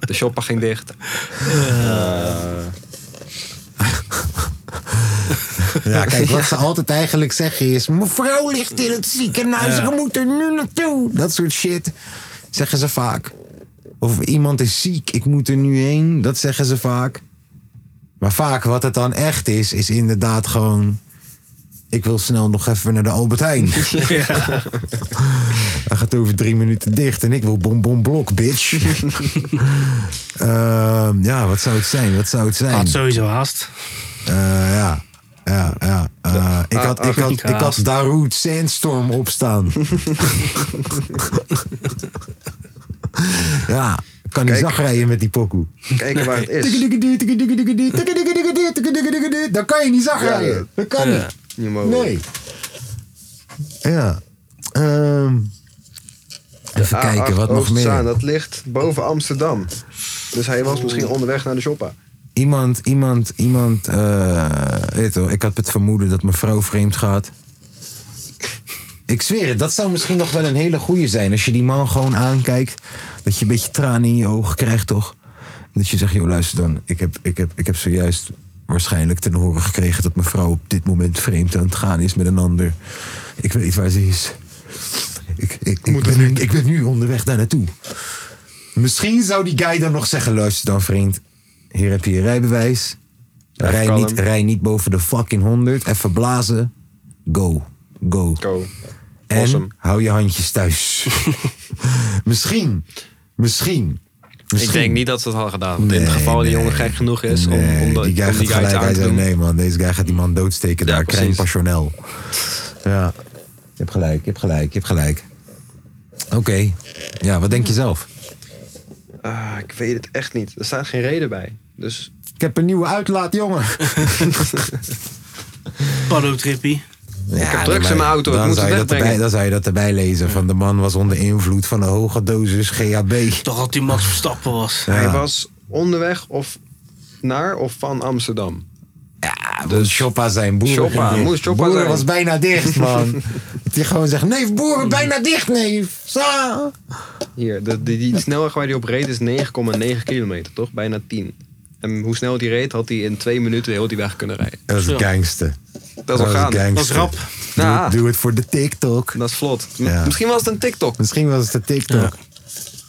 [SPEAKER 5] de shoppa ging dicht.
[SPEAKER 4] Ja, kijk, wat ze altijd eigenlijk zeggen is... Mevrouw ligt in het ziekenhuis, we moeten nu naartoe. Dat soort shit zeggen ze vaak. Of iemand is ziek, ik moet er nu heen. Dat zeggen ze vaak. Maar vaak wat het dan echt is, is inderdaad gewoon... Ik wil snel nog even naar de Albert Heijn. Hij gaat over drie minuten dicht en ik wil bonbon blok, bitch. Ehm, ja, wat zou het zijn? Wat zou het zijn?
[SPEAKER 6] Had sowieso haast.
[SPEAKER 4] Eh, ja. Ja, ja. Eh, ik,
[SPEAKER 5] Ah,
[SPEAKER 4] had, ik, had, ik had Darude Sandstorm opstaan. ja, kan niet
[SPEAKER 5] Kijk.
[SPEAKER 4] zag rijden met die pokoe.
[SPEAKER 5] Kijken waar het is.
[SPEAKER 4] Dan kan je niet zag rijden. Dat kan niet.
[SPEAKER 5] Niet mogelijk.
[SPEAKER 4] Nee. Ja. Ehm, even
[SPEAKER 5] A8
[SPEAKER 4] kijken, wat nog
[SPEAKER 5] Ah, Oostzaan,
[SPEAKER 4] meer.
[SPEAKER 5] Dat ligt boven Amsterdam. Dus hij was misschien onderweg naar de shoppa.
[SPEAKER 4] Iemand, iemand, iemand. eh, weet je wel, ik had het vermoeden dat mevrouw vreemd gaat. Ik zweer het, dat zou misschien nog wel een hele goeie zijn. Als je die man gewoon aankijkt, dat je een beetje tranen in je ogen krijgt, toch? En dat je zegt, joh, luister dan, ik heb, ik, heb, ik heb zojuist waarschijnlijk ten horen gekregen... dat mevrouw op dit moment vreemd aan het gaan is met een ander. Ik weet waar ze is. Ik, ik, ik, ben, nu, ik ben nu onderweg daar naartoe. Misschien zou die guy dan nog zeggen, luister dan, vriend. Hier heb je je rijbewijs. Rij
[SPEAKER 5] kalm.
[SPEAKER 4] niet, rij niet boven de fucking 100. Even blazen. Go. Go.
[SPEAKER 5] Go.
[SPEAKER 4] En
[SPEAKER 5] Awesome.
[SPEAKER 4] hou je handjes thuis. misschien. Misschien. misschien.
[SPEAKER 5] Ik denk niet dat ze het hadden gedaan. Want in
[SPEAKER 4] Nee,
[SPEAKER 5] het geval die
[SPEAKER 4] nee.
[SPEAKER 5] jongen gek genoeg is om,
[SPEAKER 4] Nee,
[SPEAKER 5] om, dat-
[SPEAKER 4] die guy
[SPEAKER 5] om
[SPEAKER 4] gaat
[SPEAKER 5] die guy
[SPEAKER 4] gelijk
[SPEAKER 5] te aan
[SPEAKER 4] uit.
[SPEAKER 5] te doen.
[SPEAKER 4] Nee man, deze guy gaat die man doodsteken
[SPEAKER 5] Ja,
[SPEAKER 4] daar.
[SPEAKER 5] precies.
[SPEAKER 4] Krijn passioneel. Ja. Je hebt gelijk, je hebt gelijk, je hebt gelijk. Oké. Ja, wat denk je zelf?
[SPEAKER 5] Ah, ik weet het echt niet. Er staat geen reden bij. Dus
[SPEAKER 4] Ik heb een nieuwe uitlaat, jongen.
[SPEAKER 6] Paddo-trippie.
[SPEAKER 4] Ja,
[SPEAKER 5] heb drugs
[SPEAKER 4] maar
[SPEAKER 5] in mijn auto, ik
[SPEAKER 4] dan
[SPEAKER 5] moet
[SPEAKER 4] zou
[SPEAKER 5] het
[SPEAKER 4] je dat
[SPEAKER 5] wegbrengen.
[SPEAKER 4] erbij- Dan zou je dat erbij lezen. Van de man was onder invloed van een hoge dosis GHB.
[SPEAKER 5] Ah,
[SPEAKER 6] Toch dat die Max Verstappen was.
[SPEAKER 5] hij
[SPEAKER 4] Ja.
[SPEAKER 5] was onderweg of naar of van Amsterdam.
[SPEAKER 4] Ja, dus Choppa zijn boeren.
[SPEAKER 5] Choppa,
[SPEAKER 4] ging dicht.
[SPEAKER 5] moest Choppa
[SPEAKER 4] boeren
[SPEAKER 5] zijn.
[SPEAKER 4] was bijna dicht, man. dat hij gewoon zegt, nee, boeren, bijna dicht, nee. Sa.
[SPEAKER 5] Hier, de, die, die snelweg waar hij op reed is 9,9 kilometer, toch? Bijna 10. En hoe snel die reed, had hij in twee minuten heel die weg kunnen rijden.
[SPEAKER 4] Dat is
[SPEAKER 6] Ja.
[SPEAKER 4] gangster.
[SPEAKER 5] Dat is al
[SPEAKER 4] een
[SPEAKER 5] gaan.
[SPEAKER 6] Dat is rap.
[SPEAKER 4] Doe-
[SPEAKER 5] Ja.
[SPEAKER 4] Doe het voor de TikTok.
[SPEAKER 5] Dat is vlot. M-
[SPEAKER 4] Ja.
[SPEAKER 5] Misschien was het een TikTok.
[SPEAKER 4] Misschien was het de TikTok.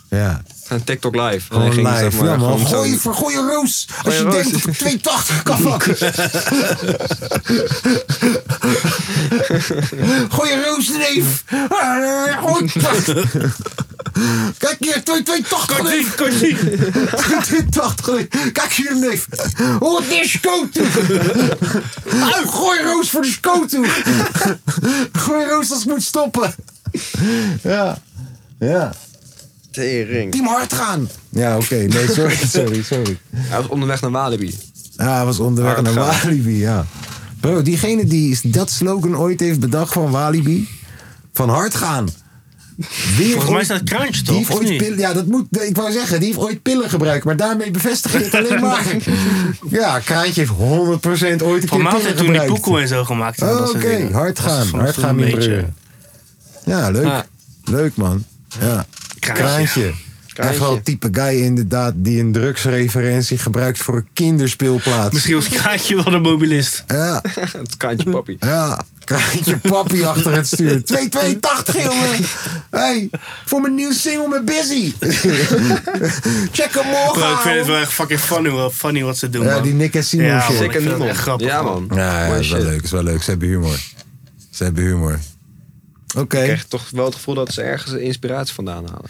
[SPEAKER 4] Ja.
[SPEAKER 5] Een TikTok live. En hij
[SPEAKER 4] Gewoon
[SPEAKER 5] ging,
[SPEAKER 4] live.
[SPEAKER 5] zeg maar,
[SPEAKER 4] ja, man.
[SPEAKER 5] gewoon zo-
[SPEAKER 4] Gooi, voor, gooi een roos. Als
[SPEAKER 5] Gooi
[SPEAKER 4] je
[SPEAKER 5] een
[SPEAKER 4] denkt
[SPEAKER 5] roos.
[SPEAKER 4] dat ik 280 kan pakken. gooi een roos, neef. Ah, Gooi. Kijk hier, 280. neef.
[SPEAKER 6] Kortief, kortief.
[SPEAKER 4] 280. neef. Kijk hier, neef. Oh, het is scoot toe. Au, gooi een roos voor de scoot toe. Gooi een roos als het moet stoppen. Ja. Ja.
[SPEAKER 5] Tering.
[SPEAKER 4] Team hard gaan. Ja, oké. Nee, sorry, sorry, sorry.
[SPEAKER 5] Hij was onderweg naar Walibi.
[SPEAKER 4] Ja, hij was onderweg
[SPEAKER 5] Hard
[SPEAKER 4] naar
[SPEAKER 5] gaan.
[SPEAKER 4] Walibi, ja. Bro, diegene die is- dat slogan ooit heeft bedacht van Walibi, van hard gaan. Wie heeft
[SPEAKER 6] Volgens mij
[SPEAKER 4] ooit-
[SPEAKER 6] is dat kraantje
[SPEAKER 4] die heeft
[SPEAKER 6] toch? Of
[SPEAKER 4] ooit
[SPEAKER 6] niet?
[SPEAKER 4] pillen, ja, dat moet, ik wou zeggen, die heeft ooit pillen gebruikt, maar daarmee bevestig je het alleen maar. ja, Kraantje heeft 100% ooit een keer
[SPEAKER 6] Van mij
[SPEAKER 4] pillen
[SPEAKER 6] had hij toen die
[SPEAKER 4] gebruikt.
[SPEAKER 6] poekoe en zo gemaakt. en dat soort
[SPEAKER 4] Oh, Oké,
[SPEAKER 6] dingen.
[SPEAKER 4] hard
[SPEAKER 6] Dat was
[SPEAKER 4] gaan,
[SPEAKER 6] vanaf
[SPEAKER 4] hard
[SPEAKER 6] toen
[SPEAKER 4] gaan,
[SPEAKER 6] een
[SPEAKER 4] mijn
[SPEAKER 6] beetje-
[SPEAKER 4] broer. Ja, leuk.
[SPEAKER 6] Ja.
[SPEAKER 4] Leuk, man. Ja.
[SPEAKER 6] Kraantje.
[SPEAKER 4] Kraantje. Echt wel het type guy inderdaad die een drugsreferentie gebruikt voor een kinderspeelplaats.
[SPEAKER 6] Misschien was Kaatje wel een mobilist.
[SPEAKER 4] Ja,
[SPEAKER 5] Het kaantje papi.
[SPEAKER 4] ja. Kraantje papi achter het stuur. 2,82 jongen. Hey, voor mijn nieuwe single met Busy. Check hem morgen.
[SPEAKER 6] Bro, ik vind het
[SPEAKER 4] ouwe.
[SPEAKER 6] wel echt fucking funny, wel funny wat ze doen.
[SPEAKER 4] Oh, Ja,
[SPEAKER 6] man.
[SPEAKER 4] die Nick en Simon
[SPEAKER 6] Ja,
[SPEAKER 4] shit.
[SPEAKER 6] man, ik
[SPEAKER 5] Zeker
[SPEAKER 6] vind
[SPEAKER 5] niet,
[SPEAKER 6] het
[SPEAKER 5] man.
[SPEAKER 6] echt grappig,
[SPEAKER 5] Ja,
[SPEAKER 6] man.
[SPEAKER 5] man.
[SPEAKER 4] Ja, ja
[SPEAKER 5] Mooi
[SPEAKER 4] is wel
[SPEAKER 5] shit.
[SPEAKER 4] leuk, is wel leuk. Ze hebben humor. Ze hebben humor. Oké,
[SPEAKER 5] Ik krijg toch wel het gevoel dat ze ergens inspiratie vandaan halen.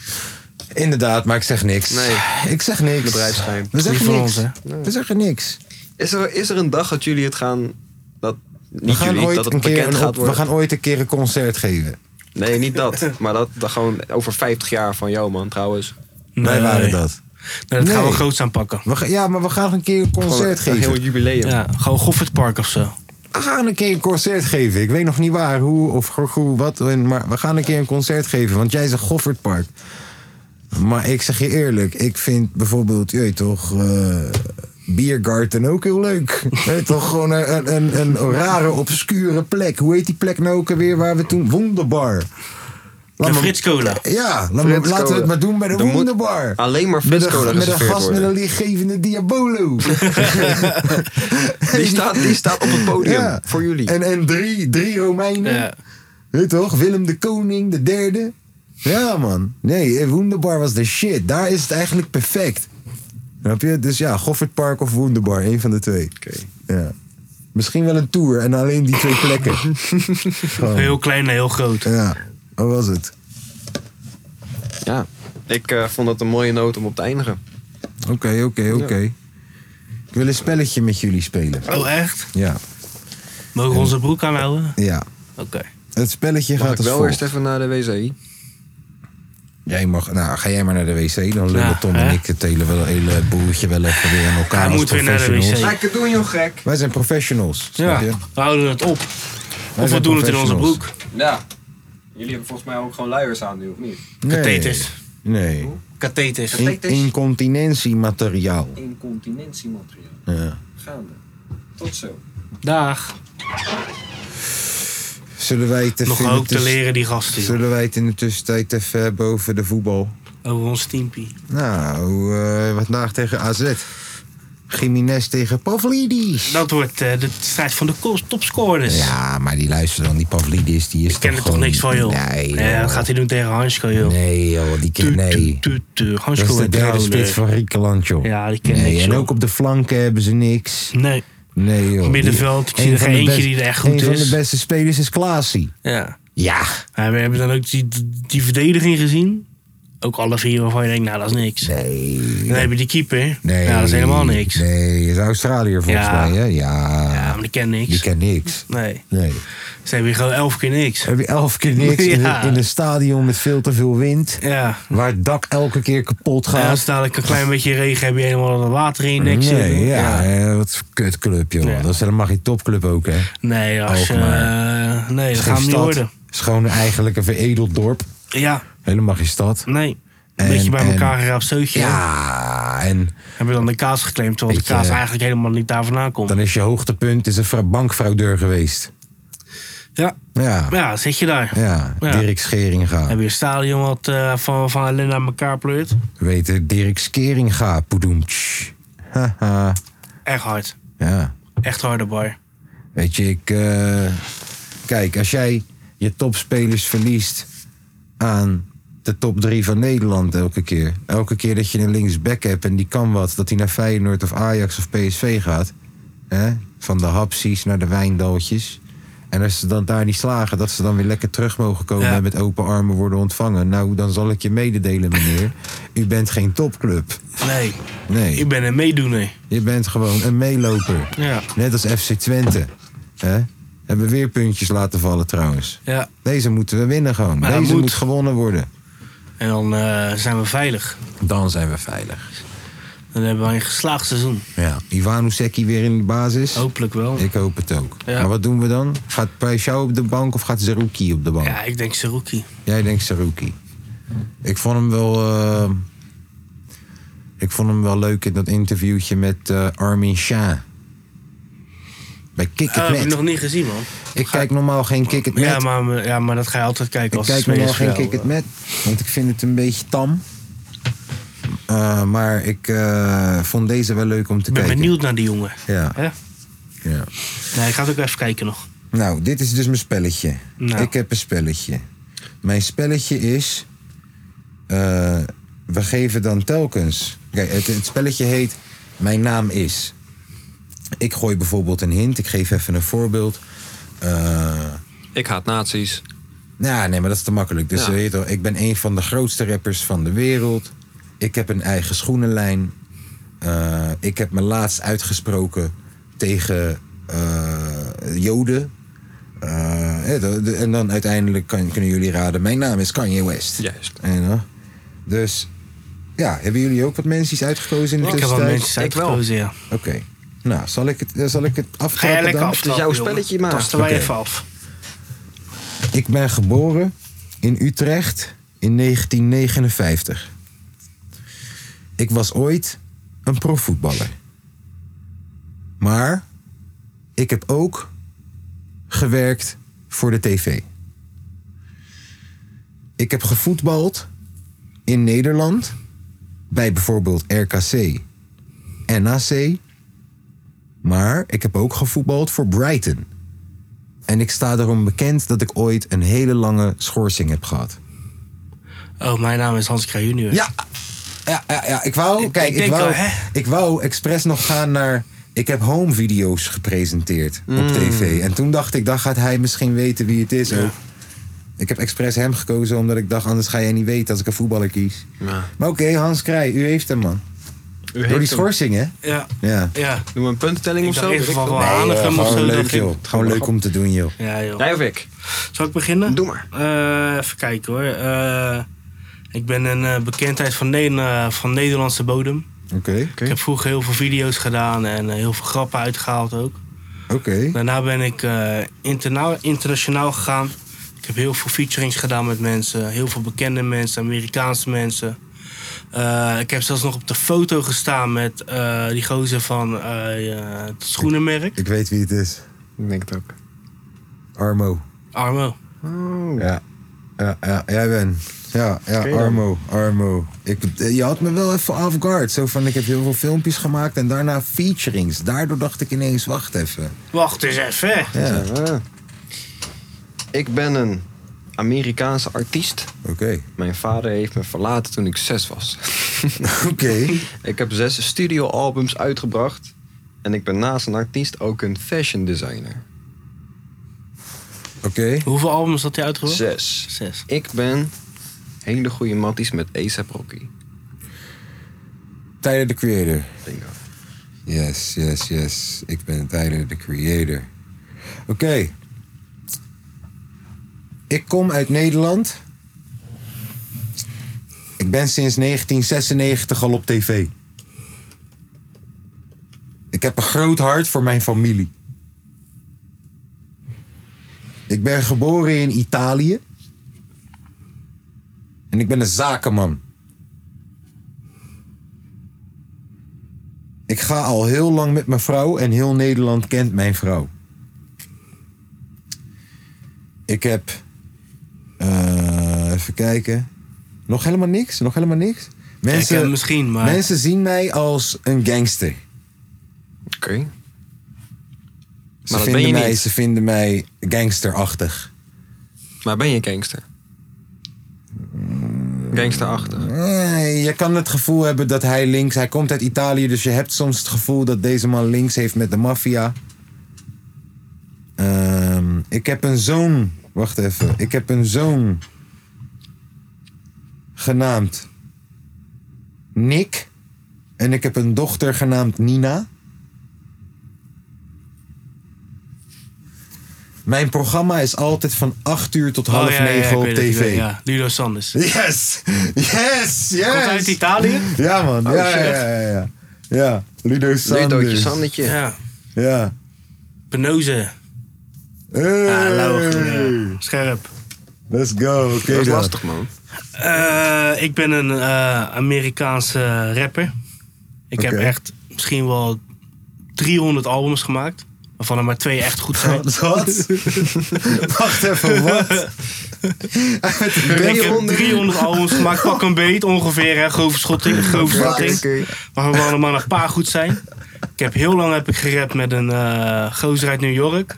[SPEAKER 4] inderdaad, maar ik zeg niks.
[SPEAKER 5] Nee.
[SPEAKER 4] Ik zeg niks.
[SPEAKER 5] Bedrijfsgeheim.
[SPEAKER 4] We
[SPEAKER 6] Niet
[SPEAKER 4] zeggen
[SPEAKER 6] voor
[SPEAKER 4] niks.
[SPEAKER 6] ons,
[SPEAKER 4] We zeggen niks.
[SPEAKER 5] Is er, is er een dag dat jullie het gaan... Dat,
[SPEAKER 4] We
[SPEAKER 5] niet
[SPEAKER 4] gaan,
[SPEAKER 5] jullie, dat
[SPEAKER 4] ooit
[SPEAKER 5] het
[SPEAKER 4] een keer
[SPEAKER 5] bekend
[SPEAKER 4] een
[SPEAKER 5] gaat
[SPEAKER 4] op, we
[SPEAKER 5] worden.
[SPEAKER 4] gaan ooit een keer een concert geven.
[SPEAKER 5] Nee, niet dat. Maar dat, dat gewoon over 50 jaar van jou, man, trouwens.
[SPEAKER 4] Wij waren dat.
[SPEAKER 6] Nee, dat gaan
[SPEAKER 4] Nee.
[SPEAKER 6] we groots aanpakken.
[SPEAKER 4] We gaan- ja, maar we gaan een keer een
[SPEAKER 5] Gewoon
[SPEAKER 4] concert
[SPEAKER 5] Een heel
[SPEAKER 4] geven.
[SPEAKER 5] jubileum.
[SPEAKER 6] Ja, gewoon Goffertpark of zo.
[SPEAKER 4] We gaan een keer een concert geven. Ik weet nog niet waar, hoe of gro- hoe, wat. en- Maar we gaan een keer een concert geven. Want jij zegt Goffertpark. Maar ik zeg je eerlijk. Ik vind bijvoorbeeld, je weet toch... eh Biergarten ook heel leuk. Weet je toch gewoon een, een, een, een rare, obscure plek. Hoe heet die plek nou ook alweer waar we toen... Wonderbar. Laat
[SPEAKER 6] En
[SPEAKER 4] me-
[SPEAKER 6] Frits Cola.
[SPEAKER 4] Ja, laat me-
[SPEAKER 5] Frits
[SPEAKER 4] laten we
[SPEAKER 5] Cola.
[SPEAKER 4] het maar doen bij de
[SPEAKER 5] Er moet
[SPEAKER 4] Wonderbar.
[SPEAKER 5] alleen maar Frits
[SPEAKER 4] met
[SPEAKER 5] Cola
[SPEAKER 4] een, met een
[SPEAKER 5] geserveerd
[SPEAKER 4] gast met
[SPEAKER 5] worden.
[SPEAKER 4] een lichtgevende Diabolo.
[SPEAKER 5] Die, staat, die staat op het podium
[SPEAKER 4] Ja.
[SPEAKER 5] voor jullie.
[SPEAKER 4] En, en drie, drie Romeinen.
[SPEAKER 6] Ja.
[SPEAKER 4] Weet je toch? Willem de Koning, de derde. Ja, man. Nee, eh, Wonderbar was de shit. Daar is het eigenlijk perfect. Snap je? Dus ja, Goffert Park of Wonderbar, één van de twee.
[SPEAKER 5] Oké.
[SPEAKER 4] Ja. Misschien wel een tour en alleen die twee plekken. Gewoon.
[SPEAKER 6] Heel klein en heel groot.
[SPEAKER 4] Ja, wat was het?
[SPEAKER 5] Ja. Ik eh, vond dat een mooie noot om op te eindigen.
[SPEAKER 4] Oké, oké, oké. Ik wil een spelletje met jullie spelen.
[SPEAKER 6] Oh, echt?
[SPEAKER 4] Ja,
[SPEAKER 6] Mogen we onze broek aanhouden?
[SPEAKER 4] ja.
[SPEAKER 6] Oké.
[SPEAKER 4] Het spelletje
[SPEAKER 5] Mag
[SPEAKER 4] gaat
[SPEAKER 5] ik
[SPEAKER 4] als
[SPEAKER 5] wel
[SPEAKER 4] volgt.
[SPEAKER 5] eerst even naar de wc?
[SPEAKER 4] Jij mag, nou, ga jij maar naar de wc. Dan lullen
[SPEAKER 6] Ja,
[SPEAKER 4] Tom
[SPEAKER 6] hè?
[SPEAKER 4] en ik het hele, wel- hele boeltje wel even weer aan elkaar.
[SPEAKER 6] Hij
[SPEAKER 4] als
[SPEAKER 6] moet weer naar de
[SPEAKER 4] professionals.
[SPEAKER 6] wc.
[SPEAKER 5] Lekker doen, joh, gek.
[SPEAKER 4] Wij zijn professionals, snap je?
[SPEAKER 6] Ja, we houden het op. Of we
[SPEAKER 4] zijn
[SPEAKER 6] doen het in onze
[SPEAKER 4] professionals.
[SPEAKER 6] broek.
[SPEAKER 5] Ja. Jullie hebben volgens mij ook gewoon luiers aan nu, of niet?
[SPEAKER 4] Nee.
[SPEAKER 6] Katheters.
[SPEAKER 4] Nee.
[SPEAKER 6] Katheters.
[SPEAKER 4] In- incontinentiemateriaal.
[SPEAKER 5] Incontinentiemateriaal.
[SPEAKER 4] Ja.
[SPEAKER 5] Gaande. Tot zo.
[SPEAKER 6] Dag.
[SPEAKER 4] Zullen wij het
[SPEAKER 6] Nog
[SPEAKER 4] even in de
[SPEAKER 6] hoop te
[SPEAKER 4] tuss-
[SPEAKER 6] leren die gasten. joh.
[SPEAKER 4] Zullen wij het in de tussentijd even hebben over de voetbal?
[SPEAKER 6] Over ons teampie.
[SPEAKER 4] Nou, eh, vandaag tegen AZ. Jiménez tegen Pavlidis.
[SPEAKER 6] Dat wordt eh, de strijd van de ko- topscorers.
[SPEAKER 4] Ja, maar die luisteren dan, die Pavlidis, die is
[SPEAKER 6] Ik ken er toch
[SPEAKER 4] gewoon-
[SPEAKER 6] niks van, joh.
[SPEAKER 4] Nee, joh.
[SPEAKER 6] dat gaat hij doen tegen Hansko, joh.
[SPEAKER 4] Nee, joh, die
[SPEAKER 6] Tu,
[SPEAKER 4] ken nee.
[SPEAKER 6] tu, tu, tu.
[SPEAKER 4] Dat
[SPEAKER 6] Hansko
[SPEAKER 4] is de
[SPEAKER 6] wordt
[SPEAKER 4] derde
[SPEAKER 6] trouwens.
[SPEAKER 4] spits van Griekenland, joh.
[SPEAKER 6] Ja, die ken
[SPEAKER 4] nee,
[SPEAKER 6] niks,
[SPEAKER 4] en
[SPEAKER 6] joh.
[SPEAKER 4] ook op de flanken hebben ze niks.
[SPEAKER 6] Nee.
[SPEAKER 4] Nee, joh.
[SPEAKER 6] Middenveld, ik zie
[SPEAKER 4] Een
[SPEAKER 6] er
[SPEAKER 4] van
[SPEAKER 6] geen
[SPEAKER 4] de
[SPEAKER 6] eentje
[SPEAKER 4] best-
[SPEAKER 6] die er echt goed
[SPEAKER 4] Een van
[SPEAKER 6] is.
[SPEAKER 4] de beste spelers is Klaasie.
[SPEAKER 6] Ja.
[SPEAKER 4] Ja.
[SPEAKER 6] Maar we hebben dan ook die, die verdediging gezien. Ook alle vier waarvan je denkt, nou, dat is niks.
[SPEAKER 4] Nee.
[SPEAKER 6] Dan hebben we die keeper.
[SPEAKER 4] nee.
[SPEAKER 6] Ja, dat is helemaal niks.
[SPEAKER 4] Nee, is Australië volgens
[SPEAKER 6] Ja.
[SPEAKER 4] mij, hè? Ja.
[SPEAKER 6] Ja, maar die ken niks.
[SPEAKER 4] Die kent niks.
[SPEAKER 6] Nee.
[SPEAKER 4] Nee.
[SPEAKER 6] Ze hebben hier gewoon elf keer niks.
[SPEAKER 4] Heb je elf keer niks in,
[SPEAKER 6] Ja.
[SPEAKER 4] een, in een stadion met veel te veel wind.
[SPEAKER 6] Ja.
[SPEAKER 4] Waar het dak elke keer kapot
[SPEAKER 6] Ja, als
[SPEAKER 4] gaat.
[SPEAKER 6] het dadelijk een klein beetje regen heb je helemaal dat water in je nek zitten.
[SPEAKER 4] nee, ja. eh, Wat een kutclub, joh.
[SPEAKER 6] Ja.
[SPEAKER 4] Dat is helemaal geen topclub ook, hè?
[SPEAKER 6] Nee, als je,
[SPEAKER 4] Alkmaar.
[SPEAKER 6] eh, nee,
[SPEAKER 4] Oh, Is
[SPEAKER 6] dat
[SPEAKER 4] geen
[SPEAKER 6] gaan we niet
[SPEAKER 4] stad.
[SPEAKER 6] worden.
[SPEAKER 4] Is gewoon eigenlijk een veredeld dorp.
[SPEAKER 6] Ja,
[SPEAKER 4] Helemaal geen stad.
[SPEAKER 6] nee. Een
[SPEAKER 4] En-
[SPEAKER 6] beetje bij
[SPEAKER 4] en-
[SPEAKER 6] elkaar geraapt zootje.
[SPEAKER 4] Ja, en
[SPEAKER 6] Hebben dan de kaas geclaimd, terwijl de
[SPEAKER 4] Beetje- eh,
[SPEAKER 6] kaas eigenlijk helemaal niet daar vandaan komt.
[SPEAKER 4] dan is je hoogtepunt is een fra- bankfraudeur geweest.
[SPEAKER 6] Ja,
[SPEAKER 4] Ja, ja.
[SPEAKER 6] ja, zit je daar. Ja.
[SPEAKER 4] Dirk Scheringa.
[SPEAKER 6] Heb je een stadion wat eh, van, van ellende aan elkaar pleurt?
[SPEAKER 4] Weet je, Dirk Scheringa, poedoemtsch. Haha.
[SPEAKER 6] Echt hard.
[SPEAKER 4] ja,
[SPEAKER 6] Echt harde bar.
[SPEAKER 4] weet je, ik... eh, kijk, als jij je topspelers verliest aan de top drie van Nederland elke keer. Elke keer dat je een linksback hebt en die kan wat. Dat hij naar Feyenoord of Ajax of PSV gaat. Hè? Van de hapsies naar de wijndaltjes. En als ze dan daar niet slagen, dat ze dan weer lekker terug mogen komen
[SPEAKER 6] Ja.
[SPEAKER 4] en met open armen worden ontvangen. Nou, dan zal ik je mededelen, meneer. U bent geen topclub.
[SPEAKER 6] Nee,
[SPEAKER 4] Nee,
[SPEAKER 6] ik ben een meedoener.
[SPEAKER 4] je bent gewoon een meeloper.
[SPEAKER 6] Ja,
[SPEAKER 4] Net als FC Twente. Hè? Hebben weer puntjes laten vallen trouwens.
[SPEAKER 6] ja.
[SPEAKER 4] Deze moeten we winnen gewoon.
[SPEAKER 6] Maar hij
[SPEAKER 4] Deze
[SPEAKER 6] moet-
[SPEAKER 4] moet. gewonnen worden.
[SPEAKER 6] En dan eh, zijn we veilig.
[SPEAKER 4] Dan zijn we veilig.
[SPEAKER 6] Dan hebben we een geslaagd seizoen.
[SPEAKER 4] Ja. Ivan Ousecki weer in de basis.
[SPEAKER 6] Hopelijk wel.
[SPEAKER 4] Ik hoop het ook.
[SPEAKER 6] Ja.
[SPEAKER 4] Maar wat doen we dan? Gaat Paishao op de bank of gaat Zerouki op de bank?
[SPEAKER 6] Ja, ik denk Seruki.
[SPEAKER 4] Jij denkt Zerouki. Ik vond hem wel... eh, ik vond hem wel leuk in dat interviewtje met eh, Armin Shah. Bij Kick It
[SPEAKER 6] Ah, heb ik
[SPEAKER 4] Met.
[SPEAKER 6] nog niet gezien, man.
[SPEAKER 4] Ik kijk normaal geen Kick It Met.
[SPEAKER 6] Ja maar, ja, maar dat eh, ga je altijd kijken
[SPEAKER 4] Ik
[SPEAKER 6] als
[SPEAKER 4] kijk
[SPEAKER 6] tweede
[SPEAKER 4] normaal geen
[SPEAKER 6] spel.
[SPEAKER 4] Kick It Met. Want ik vind het een beetje tam. Eh, maar ik eh, vond deze wel leuk om te
[SPEAKER 6] Ik ben
[SPEAKER 4] kijken.
[SPEAKER 6] benieuwd naar die jongen.
[SPEAKER 4] Ja,
[SPEAKER 6] Hè?
[SPEAKER 4] ja.
[SPEAKER 6] Nee, ik ga het ook even kijken nog.
[SPEAKER 4] Nou, dit is dus mijn spelletje.
[SPEAKER 6] Nou.
[SPEAKER 4] Ik heb een spelletje. Mijn spelletje is. eh, we geven dan telkens. Kijk, het, het spelletje heet Mijn naam is. Ik gooi bijvoorbeeld een hint. Ik geef even een voorbeeld. Eh,
[SPEAKER 5] Ik haat nazi's.
[SPEAKER 4] nou, nee, maar dat is te makkelijk. Dus
[SPEAKER 5] Ja.
[SPEAKER 4] eh, weet je toch, ik ben een van de grootste rappers van de wereld. Ik heb een eigen schoenenlijn. Eh, ik heb me laatst uitgesproken tegen eh, Joden. Eh, hè, de- de- en dan uiteindelijk kan- kunnen jullie raden: mijn naam is Kanye West.
[SPEAKER 5] Juist.
[SPEAKER 4] En, eh, dus ja, hebben jullie ook wat mensen uitgekozen in de
[SPEAKER 6] Ik heb wel
[SPEAKER 4] tussentijd?
[SPEAKER 6] mensen
[SPEAKER 5] ik wel.
[SPEAKER 6] uitgekozen, ja.
[SPEAKER 4] Oké. Nou, zal ik het, zal ik het
[SPEAKER 6] Ga
[SPEAKER 4] aftrappen
[SPEAKER 6] jij lekker
[SPEAKER 4] dan?
[SPEAKER 6] af.
[SPEAKER 5] Dus jouw spelletje, maar.
[SPEAKER 6] Tasten wij
[SPEAKER 4] Oké.
[SPEAKER 6] even af.
[SPEAKER 4] Ik ben geboren in Utrecht in 1959. Ik was ooit een profvoetballer. Maar ik heb ook gewerkt voor de tv. Ik heb gevoetbald in Nederland bij bijvoorbeeld RKC, NAC. Maar ik heb ook gevoetbald voor Brighton. En ik sta daarom bekend dat ik ooit een hele lange schorsing heb gehad.
[SPEAKER 6] Oh, mijn naam is Hans Kraaij junior.
[SPEAKER 4] Ja, ja, ja, ja. Dus- ik wou, kijk, ik,
[SPEAKER 6] denk
[SPEAKER 4] wou,
[SPEAKER 6] al, hè?
[SPEAKER 4] ik wou expres nog gaan naar. Ik heb home video's gepresenteerd op tv. En toen dacht ik, dan gaat hij misschien weten wie het is ook. Ik heb expres hem gekozen omdat ik dacht, anders ga jij niet weten als ik een voetballer kies.
[SPEAKER 5] Ja.
[SPEAKER 4] Maar oké, Hans Krij, u heeft hem man. Door die
[SPEAKER 5] heeft hem.
[SPEAKER 4] schorsing, hè?
[SPEAKER 6] Ja.
[SPEAKER 4] Ja.
[SPEAKER 6] Ja.
[SPEAKER 5] Doen we een puntentelling
[SPEAKER 6] Ik
[SPEAKER 5] of
[SPEAKER 6] dacht
[SPEAKER 5] zo?
[SPEAKER 6] eerst
[SPEAKER 5] Weet ik
[SPEAKER 6] van
[SPEAKER 5] veel.
[SPEAKER 6] wel Hanegem of
[SPEAKER 4] gewoon
[SPEAKER 6] zo.
[SPEAKER 4] leuk,
[SPEAKER 6] dacht ik.
[SPEAKER 4] joh. Gewoon leuk om te doen, joh.
[SPEAKER 6] Ja, joh.
[SPEAKER 5] Jij of ik?
[SPEAKER 6] Zal ik beginnen?
[SPEAKER 5] Doe maar.
[SPEAKER 6] Eh, even kijken hoor. Eh, ik ben een eh, bekendheid van, Ne- eh, van Nederlandse bodem.
[SPEAKER 4] Oké,
[SPEAKER 6] Ik heb vroeger heel veel video's gedaan en eh, heel veel grappen uitgehaald ook.
[SPEAKER 4] oké.
[SPEAKER 6] Daarna ben ik eh, interna- internationaal gegaan. Ik heb heel veel featurings gedaan met mensen. Heel veel bekende mensen, Amerikaanse mensen. Eh, ik heb zelfs nog op de foto gestaan met eh, die gozer van eh, eh, het schoenenmerk.
[SPEAKER 4] Ik weet wie het is.
[SPEAKER 5] Ik denk het ook.
[SPEAKER 4] Armo.
[SPEAKER 6] Armo.
[SPEAKER 5] Oh,
[SPEAKER 4] Ja. Ja, ja, jij bent. Ja, ja,
[SPEAKER 5] Oké dan.
[SPEAKER 4] Armo, Armo. Ik, je had me wel even off guard. Zo van, ik heb heel veel filmpjes gemaakt en daarna featurings. Daardoor dacht ik ineens, wacht even.
[SPEAKER 6] Wacht eens even.
[SPEAKER 4] Ja, oké.
[SPEAKER 5] Ah. Ik ben een Amerikaanse artiest. Mijn vader heeft me verlaten toen ik zes was.
[SPEAKER 4] Oké.
[SPEAKER 5] ik heb zes studioalbums uitgebracht. En ik ben naast een artiest ook een fashion designer.
[SPEAKER 4] Oké.
[SPEAKER 6] Hoeveel albums had hij uitgebracht?
[SPEAKER 5] Zes.
[SPEAKER 6] Zes.
[SPEAKER 5] Ik ben hele goede matties met ASAP Rocky.
[SPEAKER 4] Tyler, the creator.
[SPEAKER 5] Bingo.
[SPEAKER 4] Yes, yes, yes. Ik ben Tyler, the creator. Oké. Ik kom uit Nederland. Ik ben sinds 1996 al op tv. Ik heb een groot hart voor mijn familie. Ik ben geboren in Italië. En ik ben een zakenman. Ik ga al heel lang met mijn vrouw en heel Nederland kent mijn vrouw. Ik heb. eh, even kijken. Nog helemaal niks? Nog helemaal niks? Mensen,
[SPEAKER 6] Kijk, eh, misschien, maar-
[SPEAKER 4] mensen zien mij als een gangster.
[SPEAKER 5] Oké.
[SPEAKER 4] Ze,
[SPEAKER 5] Maar dat ben
[SPEAKER 4] vinden,
[SPEAKER 5] je
[SPEAKER 4] mij,
[SPEAKER 5] niet.
[SPEAKER 4] ze vinden mij gangsterachtig.
[SPEAKER 5] Maar ben je een gangster? Gangsterachtig.
[SPEAKER 4] Eh, je kan het gevoel hebben dat hij links... Hij komt uit Italië, dus je hebt soms het gevoel dat deze man links heeft met de maffia. Ehm, ik heb een zoon... Wacht even. Ik heb een zoon... Genaamd... Nick. En ik heb een dochter genaamd Nina. Mijn programma is altijd van 8 uur tot half
[SPEAKER 6] Oh, ja, ja, ja,
[SPEAKER 4] negen
[SPEAKER 6] ik
[SPEAKER 4] op
[SPEAKER 6] weet het, ik
[SPEAKER 4] tv.
[SPEAKER 6] weet het, Ja, Ludo Sanders.
[SPEAKER 4] Yes! Yes! Yes!
[SPEAKER 6] Komt uit Italië?
[SPEAKER 4] Ja, man. ja,
[SPEAKER 5] shit.
[SPEAKER 4] ja, ja, ja. Ja, Ludo Sanders.
[SPEAKER 5] Ludootje, Sandertje.
[SPEAKER 6] Ja.
[SPEAKER 4] Ja.
[SPEAKER 6] Ah, Penoze.
[SPEAKER 4] Hey.
[SPEAKER 6] Ah, lauwe groene. Scherp.
[SPEAKER 4] Let's go. Oké
[SPEAKER 5] Dat is
[SPEAKER 4] dan.
[SPEAKER 5] lastig, man.
[SPEAKER 6] Eh, ik ben een eh, Amerikaanse rapper. Ik heb
[SPEAKER 4] Oké.
[SPEAKER 6] echt misschien wel 300 albums
[SPEAKER 4] Oh,
[SPEAKER 6] gemaakt. Waarvan er maar twee echt goed zijn.
[SPEAKER 4] Wat? Wat? Wacht even, wat?
[SPEAKER 6] Ik heb 300 albums gemaakt, pak een beet ongeveer. Hè, grove schotting, grove schatting. Waarvan er maar een paar goed zijn. Ik heb heel lang heb ik gered met een eh gozer uit New York.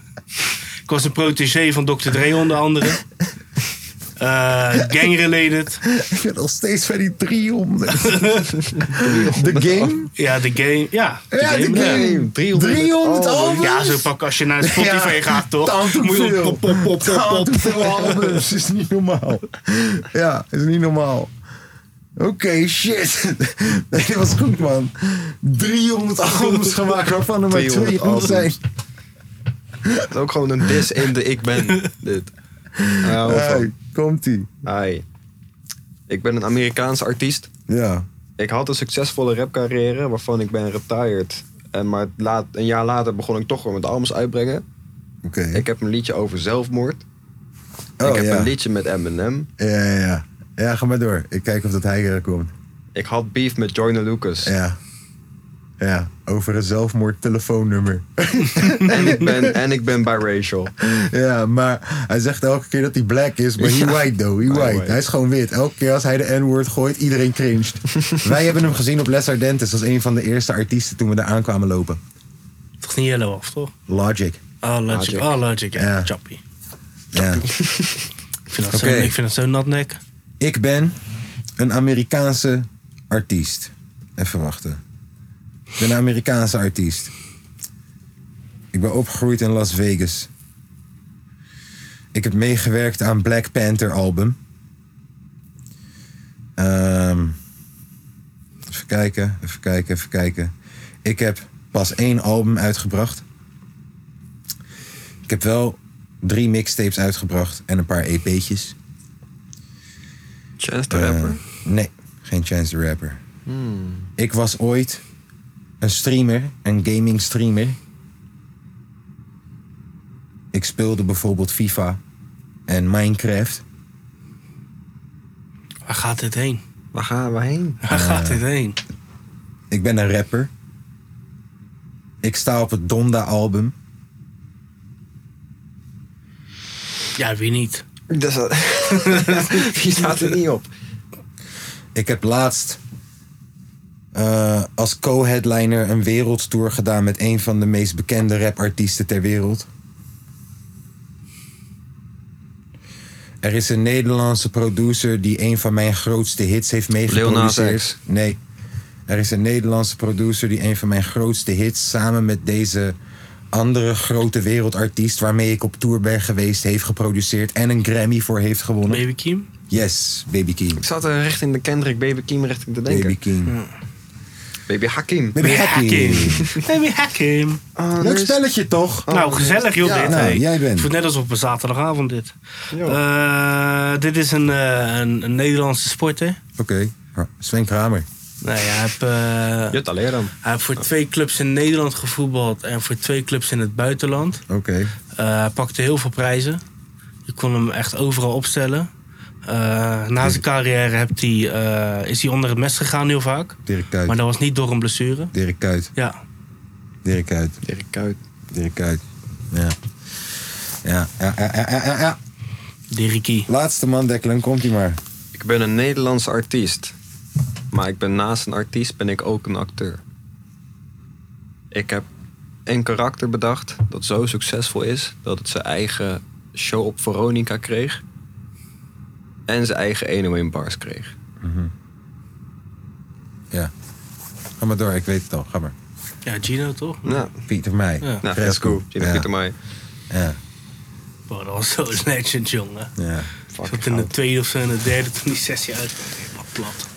[SPEAKER 6] Ik was een protégé van Dr. Dre onder andere. Eh, gang-related.
[SPEAKER 4] Ik ben nog steeds bij die 300. De game?
[SPEAKER 6] Ja, de game. Ja, de
[SPEAKER 4] Ja, de
[SPEAKER 6] ja. Oh,
[SPEAKER 4] game.
[SPEAKER 5] 300.
[SPEAKER 4] 300 albums?
[SPEAKER 6] Ja, zo pak als je naar Spotify
[SPEAKER 4] Ja,
[SPEAKER 6] gaat, toch?
[SPEAKER 4] tanto
[SPEAKER 6] Moet je
[SPEAKER 4] veel.
[SPEAKER 6] op, pop, pop, pop,
[SPEAKER 4] Taal
[SPEAKER 6] pop.
[SPEAKER 4] te veel albums. oh, is niet normaal. Ja, is niet normaal. Oké, shit. Nee, dat was goed, man. 300 albums gemaakt, waarvan er maar
[SPEAKER 5] 200
[SPEAKER 4] 200 zijn.
[SPEAKER 5] albums. Het is ook gewoon een dis in de ik ben. Dit. Nou,
[SPEAKER 4] Hey, Komt-ie.
[SPEAKER 5] Hi. Ik ben een Amerikaanse artiest.
[SPEAKER 4] Ja.
[SPEAKER 5] Ik had een succesvolle rapcarrière waarvan ik ben retired. En maar laat, een jaar later begon ik toch weer met albums uitbrengen.
[SPEAKER 4] Oké.
[SPEAKER 5] Ik heb een liedje over zelfmoord.
[SPEAKER 4] Oh,
[SPEAKER 5] ik heb
[SPEAKER 4] ja.
[SPEAKER 5] een liedje met Eminem.
[SPEAKER 4] Ja, ja, ja. Ja, ga maar door. Ik kijk of dat hij er komt.
[SPEAKER 5] Ik had beef met Joyner Lucas.
[SPEAKER 4] Ja. Ja, over een zelfmoordtelefoonnummer.
[SPEAKER 5] En, ik ben, en ik ben biracial.
[SPEAKER 4] ja, maar hij zegt elke keer dat hij black is, maar he white though, he white.
[SPEAKER 5] white.
[SPEAKER 4] Hij is gewoon wit. Elke keer als hij de N-word gooit, iedereen cringed. Wij hebben hem gezien op Les Ardentes als een van de eerste artiesten toen we daar aankwamen lopen.
[SPEAKER 6] Toch niet yellow af, toch?
[SPEAKER 4] Logic.
[SPEAKER 6] Ah, logic.
[SPEAKER 5] Logic.
[SPEAKER 6] Ah, logic. Ja,
[SPEAKER 4] Ja.
[SPEAKER 6] chappie.
[SPEAKER 4] Ja.
[SPEAKER 6] Ik vind dat zo-
[SPEAKER 4] Oké.
[SPEAKER 6] Ik vind dat zo natnek.
[SPEAKER 4] Ik ben een Amerikaanse artiest. Even wachten. Ik ben een Amerikaanse artiest. Ik ben opgegroeid in Las Vegas. Ik heb meegewerkt aan Black Panther album. Ehm, even kijken, even kijken, even kijken. Ik heb pas één album uitgebracht. Ik heb wel drie mixtapes uitgebracht en een paar E EP'tjes.
[SPEAKER 5] Chance the rapper.
[SPEAKER 4] Eh, nee, geen Chance the Rapper. Ik was ooit een streamer, een gaming streamer. Ik speelde bijvoorbeeld FIFA en Minecraft.
[SPEAKER 6] Waar gaat dit heen?
[SPEAKER 5] Waar gaan we heen?
[SPEAKER 6] Waar
[SPEAKER 4] Eh.
[SPEAKER 6] gaat dit heen?
[SPEAKER 4] Ik ben een rapper. Ik sta op het Donda-album.
[SPEAKER 6] Ja, wie niet?
[SPEAKER 5] Dat is, die staat er niet op.
[SPEAKER 4] Ik heb laatst eh, als co-headliner een wereldtour gedaan met een van de meest bekende rapartiesten ter wereld. Er is een Nederlandse producer die een van mijn grootste hits heeft
[SPEAKER 5] Lil Nas
[SPEAKER 4] meegeproduceerd.
[SPEAKER 5] X.
[SPEAKER 4] Nee. Er is een Nederlandse producer die een van mijn grootste hits samen met deze andere grote wereldartiest waarmee ik op tour ben geweest heeft geproduceerd en een Grammy voor heeft gewonnen.
[SPEAKER 6] Baby Kim?
[SPEAKER 4] Yes, Baby Keem.
[SPEAKER 5] Ik zat er richting de Kendrick Baby Kim richting te denken.
[SPEAKER 4] Baby
[SPEAKER 5] Baby,
[SPEAKER 4] Keem.
[SPEAKER 5] Hakim.
[SPEAKER 4] Baby Hakim.
[SPEAKER 6] Baby Hakim.
[SPEAKER 4] Leuk spelletje toch?
[SPEAKER 6] nou, gezellig joh
[SPEAKER 5] Ja,
[SPEAKER 6] dit.
[SPEAKER 4] nou,
[SPEAKER 6] hey.
[SPEAKER 4] jij bent.
[SPEAKER 6] Het wordt net alsof op een zaterdagavond dit. Eh, dit is een, eh, een, een Nederlandse sporter.
[SPEAKER 4] Oké. Ja, Sven Kramer.
[SPEAKER 6] Nou ja, hij heeft, eh,
[SPEAKER 5] Jut alleen dan.
[SPEAKER 6] hij heeft voor twee clubs in Nederland gevoetbald en voor twee clubs in het buitenland.
[SPEAKER 4] Oké.
[SPEAKER 6] Eh, hij pakte heel veel prijzen. Je kon hem echt overal opstellen. Eh, na zijn carrière hebt hij, eh, is hij onder het mes gegaan heel vaak.
[SPEAKER 4] Dirk Kuyt.
[SPEAKER 6] Maar dat was niet door een blessure.
[SPEAKER 4] Dirk Kuyt.
[SPEAKER 6] Ja,
[SPEAKER 4] Dirk Kuyt.
[SPEAKER 5] Dirk Kuyt.
[SPEAKER 4] Dirk Kuyt. Ja. Ja, ja, ja, ja, ja, ja, ja.
[SPEAKER 6] Dirkie.
[SPEAKER 4] Laatste man, Declan. Komt ie maar.
[SPEAKER 5] Ik ben een Nederlandse artiest. Maar ik ben naast een artiest ben ik ook een acteur. Ik heb een karakter bedacht dat zo succesvol is dat het zijn eigen show op Veronica kreeg. En zijn eigen 101 bars kreeg.
[SPEAKER 4] Ja. Ga maar door. Ik weet het al. Ga maar.
[SPEAKER 6] Ja, Gino toch?
[SPEAKER 5] Nou,
[SPEAKER 4] Pieter Meij.
[SPEAKER 6] Ja.
[SPEAKER 5] nou
[SPEAKER 4] Fresco.
[SPEAKER 5] that's cool.
[SPEAKER 4] Ja.
[SPEAKER 5] Pieter Mai.
[SPEAKER 4] Ja.
[SPEAKER 6] Wow, dat was zo'n legend, jongen.
[SPEAKER 4] ja.
[SPEAKER 5] Fuck, oh,
[SPEAKER 6] Zat
[SPEAKER 5] ik
[SPEAKER 6] in
[SPEAKER 5] hou
[SPEAKER 6] de
[SPEAKER 5] het.
[SPEAKER 6] tweede of zo, in de derde, toen die sessie uit. Helemaal plat.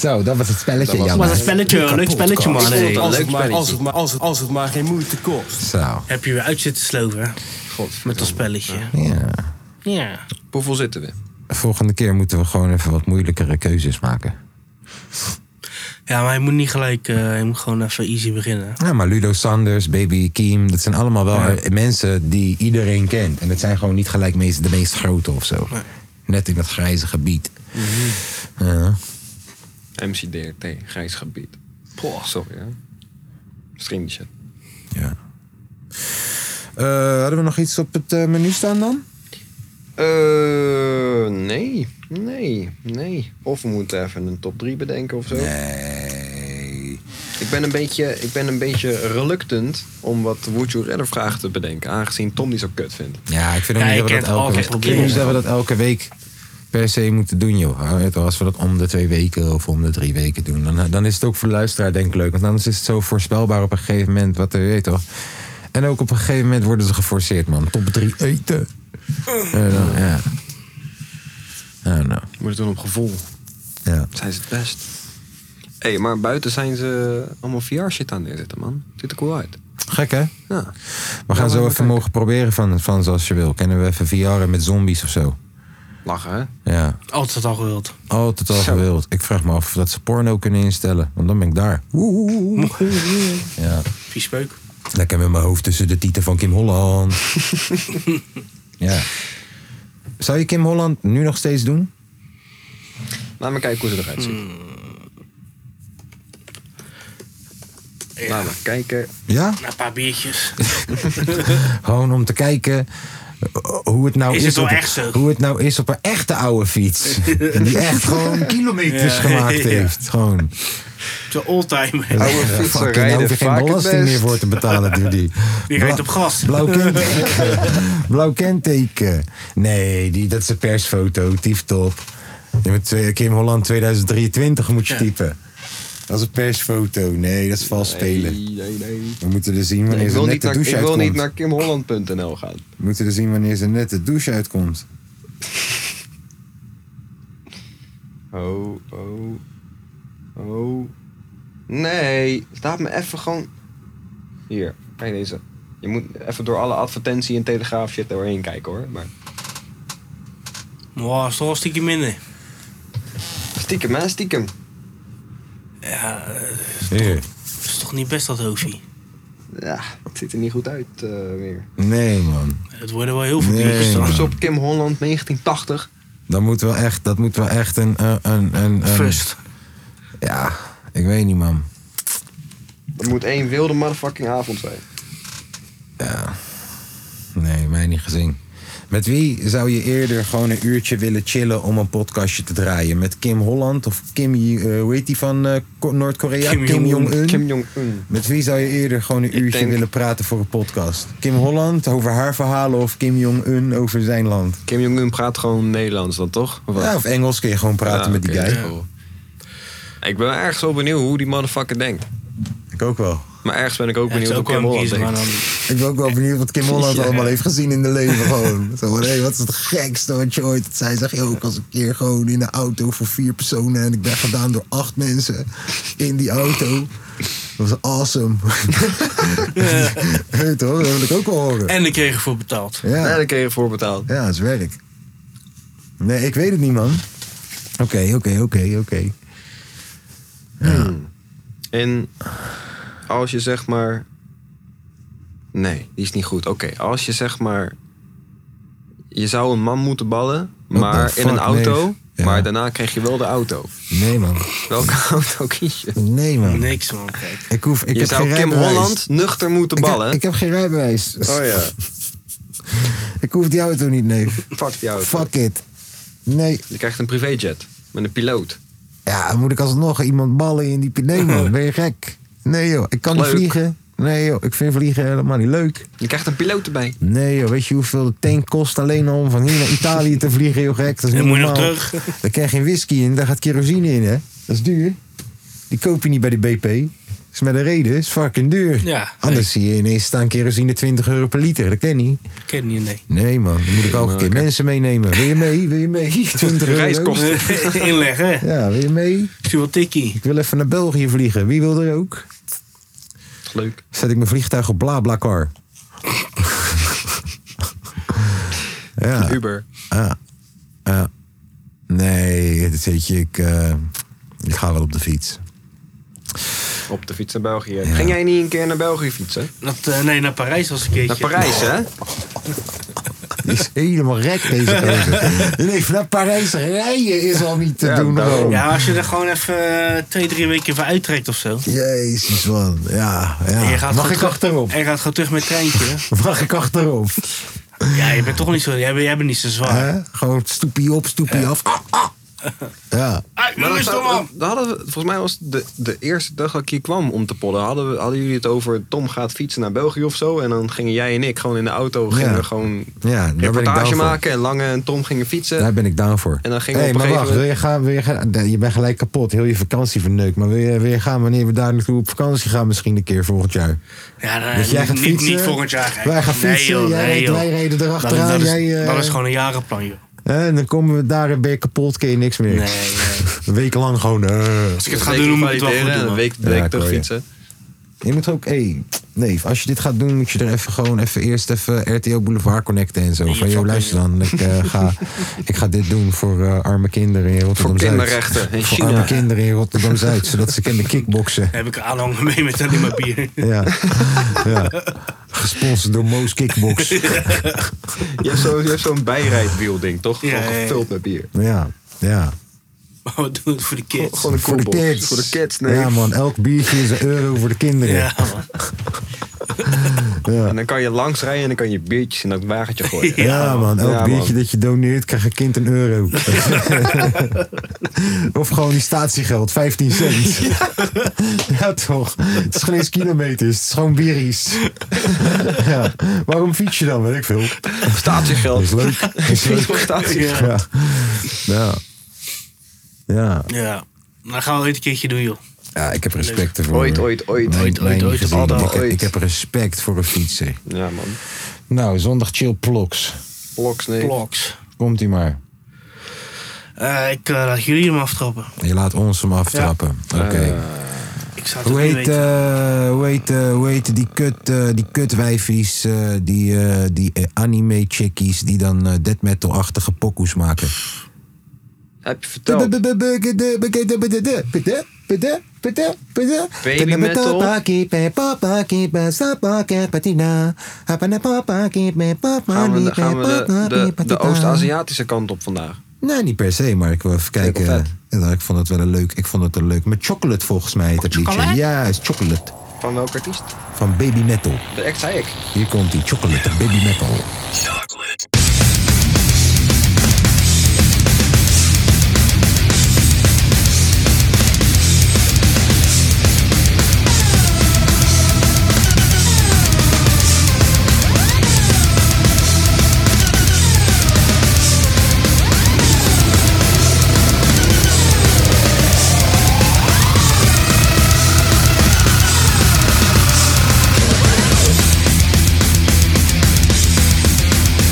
[SPEAKER 4] Zo, dat was het spelletje.
[SPEAKER 5] Dat was-
[SPEAKER 4] jammer.
[SPEAKER 6] was een spelletje, een leuk spelletje, man.
[SPEAKER 5] Hey.
[SPEAKER 7] Als
[SPEAKER 5] Leuk
[SPEAKER 7] het, maar,
[SPEAKER 5] spelletje.
[SPEAKER 7] als, het maar, als, het, als het maar geen moeite kost.
[SPEAKER 4] Zo.
[SPEAKER 6] Heb je weer uit zitten sloven, hè? Met dat spelletje.
[SPEAKER 4] Ja.
[SPEAKER 6] Ja.
[SPEAKER 5] Op Hoeveel zitten we?
[SPEAKER 4] Volgende keer moeten we gewoon even wat moeilijkere keuzes maken.
[SPEAKER 6] Ja, maar hij moet niet gelijk, eh, hij moet gewoon even easy beginnen.
[SPEAKER 4] Ja, maar Ludo Sanders, Baby Keem, dat zijn allemaal wel er- mensen die iedereen kent. En dat zijn gewoon niet gelijk meest, de meest grote of zo. Net in dat grijze gebied. Ja.
[SPEAKER 5] MCDRT, grijs gebied. Sorry, hè. Misschien shit.
[SPEAKER 4] ja. Eh, hadden we nog iets op het eh, menu staan dan?
[SPEAKER 5] Eh, eh, nee, nee, nee. Of we moeten even een top 3 bedenken of zo.
[SPEAKER 4] Eh,
[SPEAKER 1] Nee.
[SPEAKER 5] Ik ben een beetje, ik ben een beetje reluctant om wat Would You Rather vragen te bedenken. Aangezien Tom die zo kut vindt.
[SPEAKER 4] Ja, ik vind ook
[SPEAKER 6] Ja,
[SPEAKER 4] niet dat we
[SPEAKER 6] je
[SPEAKER 4] dat
[SPEAKER 6] kent
[SPEAKER 4] elke
[SPEAKER 6] altijd
[SPEAKER 4] week... Ik vind
[SPEAKER 6] problemen.
[SPEAKER 4] niet dat we dat elke week per se moeten doen, joh. Hou het, Als we dat om de twee weken of om de drie weken doen... dan, dan is het ook voor de luisteraar denk ik leuk. Want anders is het zo voorspelbaar op een gegeven moment wat er weet, toch? En ook op een gegeven moment worden ze geforceerd, man. Top drie eten. En dan, ja. Nou, nou.
[SPEAKER 5] Moet het doen op gevoel.
[SPEAKER 4] Ja.
[SPEAKER 5] Zijn ze het best. Hé, hey, maar buiten zijn ze allemaal VR-shit aan het neerzetten, man. Ziet er cool uit.
[SPEAKER 4] Gek, hè?
[SPEAKER 5] Ja.
[SPEAKER 4] We gaan zo even mogen proberen van, van zoals je wil. Kennen we even VR'en met zombies of zo?
[SPEAKER 5] Lachen, hè?
[SPEAKER 4] Ja,
[SPEAKER 6] Altijd al gewild.
[SPEAKER 4] altijd al
[SPEAKER 5] Zo.
[SPEAKER 4] gewild. Ik vraag me af of dat ze porno kunnen instellen. Want dan ben ik daar. Ja.
[SPEAKER 6] Vies speuk.
[SPEAKER 4] Lekker met mijn hoofd tussen de tieten van Kim Holland. ja. Zou je Kim Holland nu nog steeds doen?
[SPEAKER 5] Laat me kijken hoe ze eruit zien. Laat me kijken.
[SPEAKER 4] Ja?
[SPEAKER 6] Na een paar biertjes.
[SPEAKER 4] Gewoon om te kijken eh, hoe het nou
[SPEAKER 6] Is
[SPEAKER 4] is,
[SPEAKER 6] het wel
[SPEAKER 4] op,
[SPEAKER 6] echt zo?
[SPEAKER 4] hoe het nou is op een echte oude fiets. Die echt gewoon kilometers
[SPEAKER 6] Ja.
[SPEAKER 4] gemaakt
[SPEAKER 6] Ja.
[SPEAKER 4] heeft. Gewoon.
[SPEAKER 6] De oldtimer.
[SPEAKER 5] Oude
[SPEAKER 4] Ja,
[SPEAKER 5] fietsen
[SPEAKER 4] fucking,
[SPEAKER 5] rijden
[SPEAKER 4] daar hoef je
[SPEAKER 5] vaak
[SPEAKER 4] geen
[SPEAKER 5] het
[SPEAKER 4] belasting meer
[SPEAKER 5] best.
[SPEAKER 4] voor te betalen, doe die.
[SPEAKER 6] Die rijdt op gas.
[SPEAKER 4] Blauw kenteken. Blauw kenteken. Nee, die, dat is een persfoto. Tieftop. Je moet eh, Kim Holland 2023 moet je
[SPEAKER 6] Ja.
[SPEAKER 4] typen. Dat is een persfoto. Nee, dat is vals spelen.
[SPEAKER 5] Nee, nee, nee.
[SPEAKER 4] We moeten er zien wanneer
[SPEAKER 5] Ik
[SPEAKER 4] ze
[SPEAKER 5] wil,
[SPEAKER 4] net
[SPEAKER 5] niet
[SPEAKER 4] de
[SPEAKER 5] naar,
[SPEAKER 4] douche
[SPEAKER 5] ik wil
[SPEAKER 4] uitkomt.
[SPEAKER 5] niet naar kimholland.nl gaan.
[SPEAKER 4] We moeten er zien wanneer ze net de douche uitkomt.
[SPEAKER 5] Oh, oh, oh. Nee, laat me even gewoon... Hier, kijk deze. Je moet even door alle advertentie en telegraaf shit doorheen kijken hoor. Maar
[SPEAKER 6] Wow, is toch een stukje minder.
[SPEAKER 5] stiekem hè, stiekem.
[SPEAKER 6] Ja, eh,
[SPEAKER 4] Hier.
[SPEAKER 6] is toch niet best dat hoofdje.
[SPEAKER 5] Ja, het ziet er niet goed uit eh, meer.
[SPEAKER 4] Nee, man.
[SPEAKER 6] Het worden wel heel veel
[SPEAKER 4] Nee.
[SPEAKER 6] biertjes dan.
[SPEAKER 5] Dus op Kim Holland 1980.
[SPEAKER 4] Dat moet wel echt, dat moet wel echt een... een, een, een, een-
[SPEAKER 6] First.
[SPEAKER 4] Ja, ik weet niet, man.
[SPEAKER 5] Dat moet één wilde motherfucking avond zijn.
[SPEAKER 4] Nee, mij niet gezien. Met wie zou je eerder gewoon een uurtje willen chillen om een podcastje te draaien? Met Kim Holland of Kim, eh, hoe heet die van eh, Ko- Noord-Korea?
[SPEAKER 6] Kim
[SPEAKER 4] Kim Jong-un?
[SPEAKER 5] Kim Jong-un.
[SPEAKER 4] Met wie zou je eerder gewoon een
[SPEAKER 5] Ik
[SPEAKER 4] uurtje
[SPEAKER 5] denk-
[SPEAKER 4] willen praten voor een podcast? Kim Holland over haar verhalen of Kim Jong-un over zijn land?
[SPEAKER 5] Kim Jong-un praat gewoon Nederlands dan toch? Of wat?
[SPEAKER 4] Ja, of Engels kun je gewoon praten
[SPEAKER 5] Ja,
[SPEAKER 4] met die
[SPEAKER 5] oké,
[SPEAKER 4] guy.
[SPEAKER 5] dat is cool. Ik ben ergens zo benieuwd hoe die motherfucker denkt.
[SPEAKER 4] Ik ook wel.
[SPEAKER 5] Maar ergens ben ik ook
[SPEAKER 6] Ja, het
[SPEAKER 5] benieuwd
[SPEAKER 6] is
[SPEAKER 5] hoe
[SPEAKER 6] ook wel
[SPEAKER 5] Kim
[SPEAKER 6] een
[SPEAKER 5] Holland
[SPEAKER 6] kiezer, maar
[SPEAKER 5] denkt.
[SPEAKER 6] dan...
[SPEAKER 4] Ik ben ook wel benieuwd wat Kim Holland
[SPEAKER 5] Ja.
[SPEAKER 4] allemaal heeft gezien in de leven gewoon. Zo van, hé, wat is het gekste wat je ooit... Zij zegt, joh, ik was een keer gewoon in een auto voor vier personen... en ik ben gedaan door acht mensen in die auto. Dat was awesome. Hé, toch? Dat wil ik ook wel horen.
[SPEAKER 6] En ik kreeg ervoor betaald.
[SPEAKER 5] Ja.
[SPEAKER 4] Ja,
[SPEAKER 5] daar kreeg je voor betaald.
[SPEAKER 4] ja, dat is werk. Nee, ik weet het niet, man. Oké, oké, oké, oké.
[SPEAKER 5] En als je zeg maar. Nee, die is niet goed. Oké, als je zeg maar. Je zou een man moeten ballen,
[SPEAKER 4] What
[SPEAKER 5] maar
[SPEAKER 4] the
[SPEAKER 5] in een
[SPEAKER 4] fuck,
[SPEAKER 5] auto.
[SPEAKER 4] neef? Ja.
[SPEAKER 5] Maar daarna kreeg je wel de auto.
[SPEAKER 4] Nee, man.
[SPEAKER 5] Welke auto kies je?
[SPEAKER 4] Nee, man.
[SPEAKER 6] Niks man, kijk.
[SPEAKER 4] Ik hoef... Ik
[SPEAKER 5] Je
[SPEAKER 4] heb
[SPEAKER 5] zou
[SPEAKER 4] geen
[SPEAKER 5] Kim
[SPEAKER 4] rijbewijs.
[SPEAKER 5] Holland nuchter moeten
[SPEAKER 4] Ik heb-
[SPEAKER 5] ballen.
[SPEAKER 4] Ik heb geen rijbewijs.
[SPEAKER 5] Oh ja,
[SPEAKER 4] Ik hoef die auto niet, neef.
[SPEAKER 5] fuck die auto.
[SPEAKER 4] Fuck it. Nee.
[SPEAKER 5] Je krijgt een privéjet met een piloot.
[SPEAKER 4] Ja, dan moet ik alsnog iemand ballen in die... Nee, man. Ben je gek? Nee, joh. Ik kan
[SPEAKER 5] Leuk.
[SPEAKER 4] niet vliegen. Nee, joh. Ik vind vliegen helemaal niet leuk.
[SPEAKER 5] Je krijgt een piloot erbij.
[SPEAKER 4] Nee, joh. Weet je hoeveel de tank kost alleen al om van hier naar Italië te vliegen? Joh, gek. Dat is
[SPEAKER 6] Dan
[SPEAKER 4] niet
[SPEAKER 6] moet je nog
[SPEAKER 4] normaal.
[SPEAKER 6] terug.
[SPEAKER 4] Daar krijg je geen whisky in. Daar gaat kerosine in, hè. Dat is duur. Die koop je niet bij de BP. is met een reden. is fucking duur.
[SPEAKER 6] Ja.
[SPEAKER 4] Anders zie je ineens staan kerosine 20 euro per liter. Dat ken je niet.
[SPEAKER 6] Ik ken niet, nee.
[SPEAKER 4] Nee, man. Dan moet ik elke keer mensen meenemen. Wil je mee? Wil je mee? 20 euro.
[SPEAKER 5] Reiskosten.
[SPEAKER 6] Inleggen, hè?
[SPEAKER 4] Ja, wil je mee?
[SPEAKER 6] Ik zie wel tikkie.
[SPEAKER 4] Ik wil even naar België vliegen. Wie wil er ook?
[SPEAKER 5] Leuk.
[SPEAKER 4] Zet ik mijn vliegtuig op BlaBlaCar. ja,
[SPEAKER 5] Uber.
[SPEAKER 4] nee, dat weet je, ik, eh, ik ga wel op de fiets.
[SPEAKER 5] Op de fiets naar België. Ging jij niet een keer naar België fietsen?
[SPEAKER 6] Dat, eh, nee, naar Parijs was een
[SPEAKER 5] Naar
[SPEAKER 6] keertje.
[SPEAKER 5] Parijs, hè?
[SPEAKER 4] Die is helemaal gek, deze gozer. Nee, naar Parijs rijden is al niet te
[SPEAKER 5] Ja,
[SPEAKER 4] doen.
[SPEAKER 5] daarom.
[SPEAKER 4] gewoon.
[SPEAKER 6] Ja, als je er gewoon even eh, twee, drie weken voor uittrekt of zo.
[SPEAKER 4] Jezus, man. Ja,
[SPEAKER 6] En je
[SPEAKER 4] ja.
[SPEAKER 6] gaat
[SPEAKER 4] Mag
[SPEAKER 6] gewoon
[SPEAKER 4] ik
[SPEAKER 6] terug-
[SPEAKER 4] achterop?
[SPEAKER 6] En je gaat gewoon terug met het treintje.
[SPEAKER 4] Mag ik achterop?
[SPEAKER 6] Ja, je bent toch niet zo... Jij bent, jij bent niet zo zwaar.
[SPEAKER 4] Hè? Gewoon stoepie op, stoepie af. Ah, ah. Ja.
[SPEAKER 6] Hey,
[SPEAKER 5] Maar dat
[SPEAKER 6] jongens,
[SPEAKER 5] zou-
[SPEAKER 6] toch man!
[SPEAKER 5] dat hadden we, volgens mij was de, de eerste dag dat ik hier kwam om te podden, hadden, we, hadden jullie het over Tom gaat fietsen naar België of zo. En dan gingen jij en ik gewoon in de auto, gingen
[SPEAKER 4] Ja.
[SPEAKER 5] we gewoon
[SPEAKER 4] Ja, daar ben ik down
[SPEAKER 5] reportage
[SPEAKER 4] voor.
[SPEAKER 5] maken. En Lange en Tom gingen fietsen.
[SPEAKER 4] Daar ben ik down voor.
[SPEAKER 5] En dan gingen we
[SPEAKER 2] Hey,
[SPEAKER 5] op
[SPEAKER 2] maar
[SPEAKER 5] een
[SPEAKER 2] wacht,
[SPEAKER 5] gegeven
[SPEAKER 2] wil je, gaan, wil je, gaan, Nee, je bent gelijk kapot, heel je vakantie verneukt. Maar wil je, wil je gaan wanneer we daar naartoe op vakantie gaan, misschien een keer volgend jaar?
[SPEAKER 6] Ja, dan-
[SPEAKER 2] Dus jij gaat
[SPEAKER 6] niet,
[SPEAKER 2] fietsen,
[SPEAKER 6] niet volgend jaar. gek.
[SPEAKER 2] wij gaan fietsen, jij rijdt- wij rijden erachteraan,
[SPEAKER 6] Dat, is- dat,
[SPEAKER 2] jij,
[SPEAKER 6] is,
[SPEAKER 2] eh,
[SPEAKER 6] dat is gewoon een jarenplan, joh.
[SPEAKER 2] Hè, En dan komen we daar en ben je kapot, kun je niks meer.
[SPEAKER 6] Nee, nee.
[SPEAKER 2] Een week lang gewoon. eh.
[SPEAKER 6] Als ik het
[SPEAKER 5] een
[SPEAKER 6] ga
[SPEAKER 5] week
[SPEAKER 6] doen, moet ik het wel
[SPEAKER 5] valideren
[SPEAKER 6] goed doen.
[SPEAKER 5] en Een
[SPEAKER 6] man.
[SPEAKER 5] week,
[SPEAKER 2] Ja,
[SPEAKER 5] week
[SPEAKER 2] ik
[SPEAKER 5] terug
[SPEAKER 2] hoor je.
[SPEAKER 5] fietsen.
[SPEAKER 4] Je moet ook, hey, nee, als je dit gaat doen, moet je er even gewoon even eerst even RTO Boulevard connecten en zo.
[SPEAKER 6] je
[SPEAKER 4] Van, joh,
[SPEAKER 6] fucking-
[SPEAKER 4] luister dan, ik, eh, ga, ik ga dit doen voor eh, arme kinderen in Rotterdam-Zuid.
[SPEAKER 5] kinderrechten in
[SPEAKER 4] Voor
[SPEAKER 5] China.
[SPEAKER 4] arme kinderen in Rotterdam-Zuid, zodat ze kunnen kickboksen.
[SPEAKER 6] Dan heb ik een aanhanger mee met alleen maar bier.
[SPEAKER 4] Ja. ja. Gesponsord door Moos Kickbox.
[SPEAKER 5] Je hebt zo- je hebt zo'n bijrijdwiel ding, toch?
[SPEAKER 6] Ja,
[SPEAKER 5] Gewoon
[SPEAKER 6] ja, ja.
[SPEAKER 5] gevuld met bier.
[SPEAKER 4] Ja, ja.
[SPEAKER 6] Maar we doen het voor de kids.
[SPEAKER 5] Gewoon een
[SPEAKER 4] Voor de
[SPEAKER 5] coolbox.
[SPEAKER 4] kids.
[SPEAKER 5] Voor de kids, nee.
[SPEAKER 4] Ja man, elk biertje is een euro voor de kinderen.
[SPEAKER 6] Ja, man.
[SPEAKER 5] En dan kan je langs rijden en dan kan je biertjes in dat wagentje gooien.
[SPEAKER 4] Ja, man, elk
[SPEAKER 5] Ja, man.
[SPEAKER 4] biertje dat je doneert krijgt een kind een euro. of gewoon die statiegeld, 15 cent. Ja, toch? Het is geen eens kilometers, het is gewoon bieries. ja. Waarom fiets je dan? Weet ik veel.
[SPEAKER 5] Statiegeld.
[SPEAKER 4] Is leuk. Is leuk.
[SPEAKER 5] Statiegeld.
[SPEAKER 4] Ja. Ja. Ja.
[SPEAKER 6] Ja. Dan gaan we ooit een keertje doen, joh.
[SPEAKER 4] ja, ik heb respect ervoor.
[SPEAKER 5] Ooit, ooit, ooit.
[SPEAKER 4] Mijn-
[SPEAKER 6] ooit,
[SPEAKER 4] mijn
[SPEAKER 6] ooit,
[SPEAKER 4] gezin.
[SPEAKER 5] ooit.
[SPEAKER 4] Ik, heb-
[SPEAKER 5] Ooit.
[SPEAKER 4] ik heb respect voor een fietser.
[SPEAKER 5] Ja, man.
[SPEAKER 4] Nou, zondag chill ploks.
[SPEAKER 5] Bloks, nee.
[SPEAKER 6] Vlogs.
[SPEAKER 4] Komt ie maar.
[SPEAKER 6] Eh, ik eh, laat jullie hem aftrappen.
[SPEAKER 4] Je laat ons hem aftrappen. Oké.
[SPEAKER 6] Ik zou
[SPEAKER 4] Hoe
[SPEAKER 6] het ook niet
[SPEAKER 4] heet,
[SPEAKER 6] weten.
[SPEAKER 4] eh, hoe, heet, eh, hoe heet die kut, eh, die kutwijfies, eh, die, eh, die eh, anime-chickies die dan eh death metal-achtige pokoes maken?
[SPEAKER 5] Heb je verteld? Baby metal. Gaan we, de- gaan we de, de, de Oost-Aziatische kant op vandaag?
[SPEAKER 4] Nee, niet per se, maar ik wil even kijken.
[SPEAKER 5] Heel vet.
[SPEAKER 4] Ja, nou, ik vond het wel een leuk. Ik vond het een leuk. Met chocolate volgens mij heet het liedje.
[SPEAKER 6] Chocolate?
[SPEAKER 4] Ja, is chocolate.
[SPEAKER 5] Van welk artiest?
[SPEAKER 4] Van Baby Metal.
[SPEAKER 5] De act zei ik.
[SPEAKER 4] Hier komt die chocolate Baby Metal.
[SPEAKER 8] Chocolate,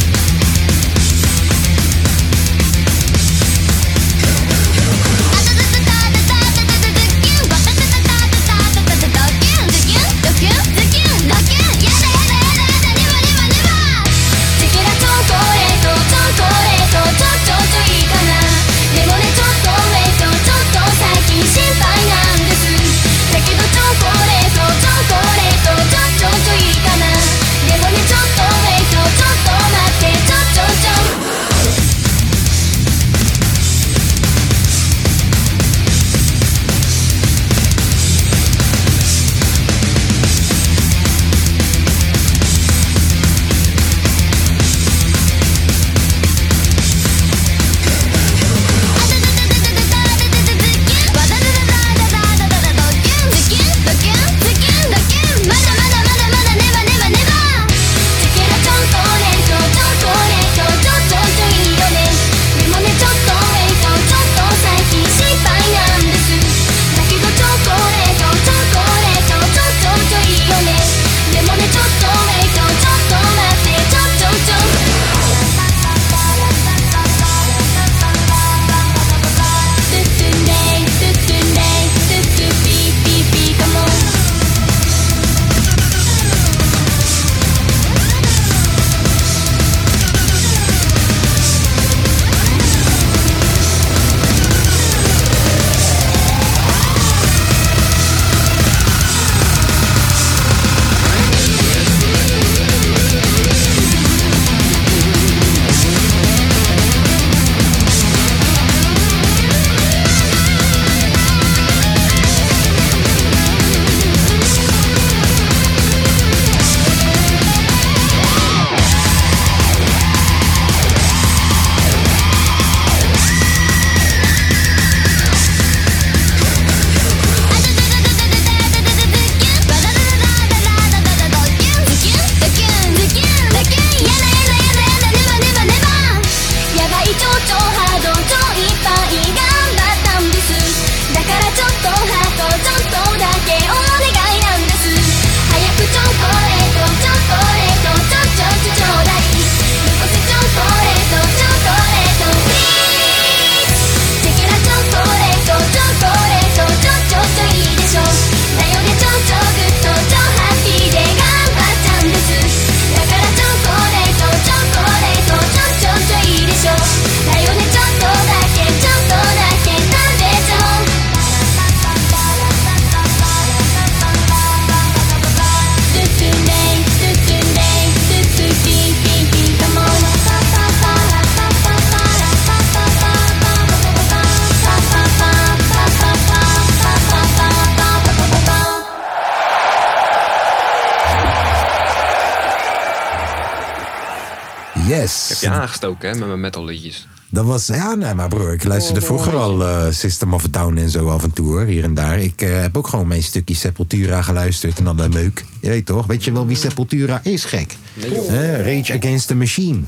[SPEAKER 5] Ik heb
[SPEAKER 2] Yes.
[SPEAKER 5] je aangestoken hè, met mijn metal liedjes.
[SPEAKER 4] Dat was, ja, nee, maar broer, ik luisterde vroeger al eh, System of a Down en zo af en toe, hoor, hier en daar. Ik eh, heb ook gewoon mijn stukje Sepultura geluisterd en dan de meuk. Je weet toch? Weet je wel wie Sepultura is, gek? Hè, Rage Against the Machine.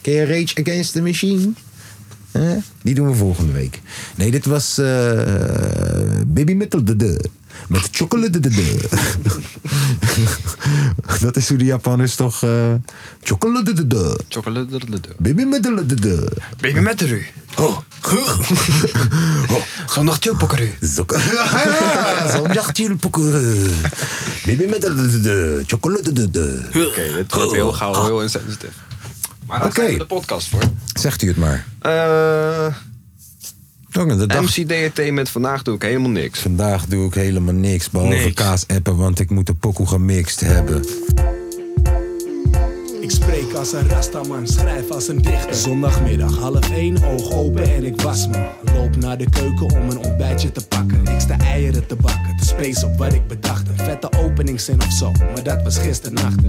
[SPEAKER 4] Ken je Rage Against the Machine? Hè? Die doen we volgende week. Nee, dit was eh, Baby Metal de de. Met chocolade de de. Dat is hoe de Japanners toch... eh chocolade de de.
[SPEAKER 5] Chocolade.
[SPEAKER 4] Baby Metal de de.
[SPEAKER 5] Ben je met u? Oh, Zo'n nachtje pakken u.
[SPEAKER 4] Zoek. Zondag jullie pokken. Bibi met de- de de- chocolade. de- de.
[SPEAKER 5] Oké, dit wordt heel gauw heel insensitief. Maar dat
[SPEAKER 4] Ah. Oké.
[SPEAKER 5] zijn we de podcast voor.
[SPEAKER 4] Zegt u het maar.
[SPEAKER 5] Eh
[SPEAKER 4] Jongen, de dag
[SPEAKER 5] MCDT met vandaag doe ik helemaal niks.
[SPEAKER 4] Vandaag doe ik helemaal niks behalve
[SPEAKER 6] Niks.
[SPEAKER 4] kaas appen, want ik moet de pokoe gemixt hebben.
[SPEAKER 8] Ik spreek als een rastaman, schrijf als een dichter. Zondagmiddag half één, oog open en ik was me. Loop naar de keuken om een ontbijtje te pakken. Ik sta eieren te bakken, te space op wat ik bedacht. Een vette openingszin of zo, maar dat was gisternacht.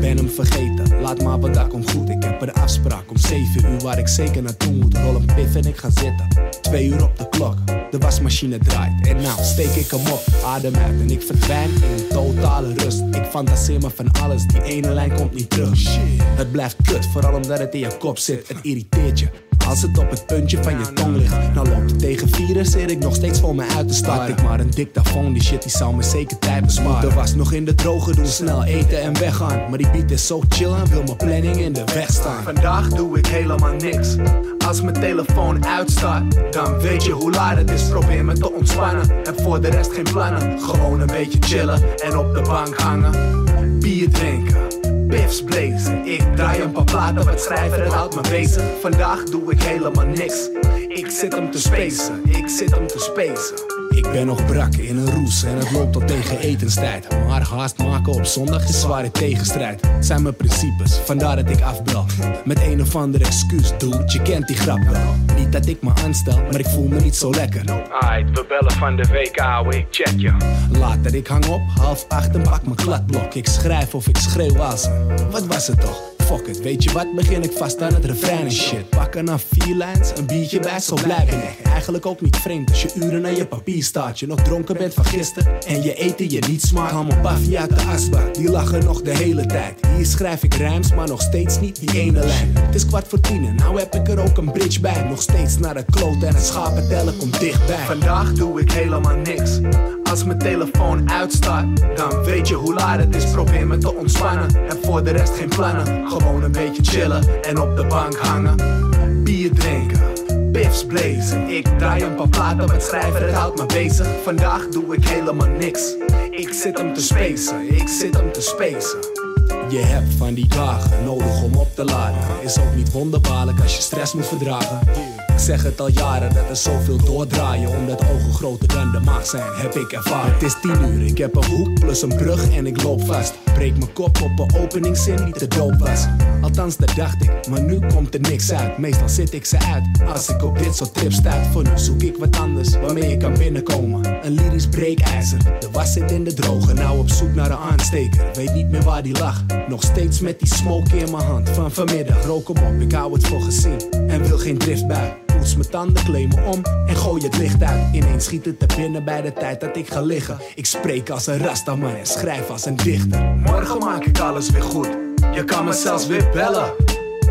[SPEAKER 8] Ben hem vergeten, laat maar wat daar komt goed. Ik heb een afspraak om 7 uur waar ik zeker naartoe moet. Rol een pif en ik ga zitten. Twee uur op de klok, de wasmachine draait. En nou steek ik hem op, adem uit en ik verdwijn in totale rust. Ik fantaseer me van alles, die ene lijn komt niet terug. Het blijft kut, vooral omdat het in je kop zit. Het irriteert je. Als het op het puntje van je tong ligt, nou loopt het tegen vieren, zit ik nog steeds voor me uit te staren. Had ik maar een dictafoon, die shit die zou me zeker tijd besparen. Er was nog in de droge doen, snel eten en weggaan. Maar die beat is zo chill en wil mijn planning in de weg staan. Vandaag doe ik helemaal niks. Als mijn telefoon uitstaat, dan weet je hoe laat het is. Probeer me te ontspannen. Heb voor de rest geen plannen. Gewoon een beetje chillen en op de bank hangen. Bier drinken. Piffs blazen, ik draai een paar platen, wat schrijven, dat houdt me bezig. Vandaag doe ik helemaal niks. Ik zit hem te spacen, ik zit hem te spacen. Ik ben nog brak in een roes en het loopt al tegen etenstijd. Maar haast maken op zondag is zware tegenstrijd. Het zijn mijn principes, vandaar dat ik afbel. Met een of ander excuus, dude, je kent die grap wel. Niet dat ik me aanstel, maar ik voel me niet zo lekker.
[SPEAKER 9] Aight, we bellen van de week, ouwe, ik check je.
[SPEAKER 8] Later ik hang op, half acht en pak mijn kladblok. Ik schrijf of ik schreeuw als een. Wat was het toch? Fuck it, weet je wat? Begin ik vast aan het refrein en shit. Pakken aan vier lijns, een biertje bij, zo blijven ik. Eigenlijk ook niet vreemd als je uren naar je papier staat. Je nog dronken bent van gisteren en je eten je niet smaakt. Haal mijn baffie uit de asbak, die lachen nog de hele tijd. Hier schrijf ik rijms, maar nog steeds niet die ene lijn. Het is kwart voor tien en nou heb ik er ook een bridge bij. Nog steeds naar de kloot en het schapen tellen komt dichtbij. Vandaag doe ik helemaal niks. Als mijn telefoon uitstaat, dan weet je hoe laat het is. Probeer me te ontspannen. Heb voor de rest geen plannen. Gewoon een beetje chillen en op de bank hangen. Bier drinken, piffs blazen. Ik draai een paar platen, wat schrijven, dat houdt me bezig. Vandaag doe ik helemaal niks. Ik zit hem te spacen, ik zit hem te spacen. Je hebt van die dagen nodig om op te laden. Is ook niet wonderbaarlijk als je stress moet verdragen. Ik zeg het al jaren dat er zoveel doordraaien. Omdat ogen groter dan de maag zijn, heb ik ervaren. Het is tien uur, ik heb een hoek plus een brug en ik loop vast. Breek mijn kop op een openingszin die te doop was. Althans, dat dacht ik, maar nu komt er niks uit. Meestal zit ik ze uit als ik op dit soort trips staat. Voor nu zoek ik wat anders waarmee ik kan binnenkomen. Een lyrisch breekijzer, de was zit in de droge. Nou op zoek naar een aansteker, weet niet meer waar die lag. Nog steeds met die smoke in mijn hand van vanmiddag. Rook hem op, ik hou het voor gezien en wil geen driftbui. Poets mijn tanden, kleem me om en gooi het licht uit. Ineens schiet het er binnen bij de tijd dat ik ga liggen. Ik spreek als een rastaman en schrijf als een dichter. Morgen maak ik alles weer goed, je kan me zelfs weer bellen.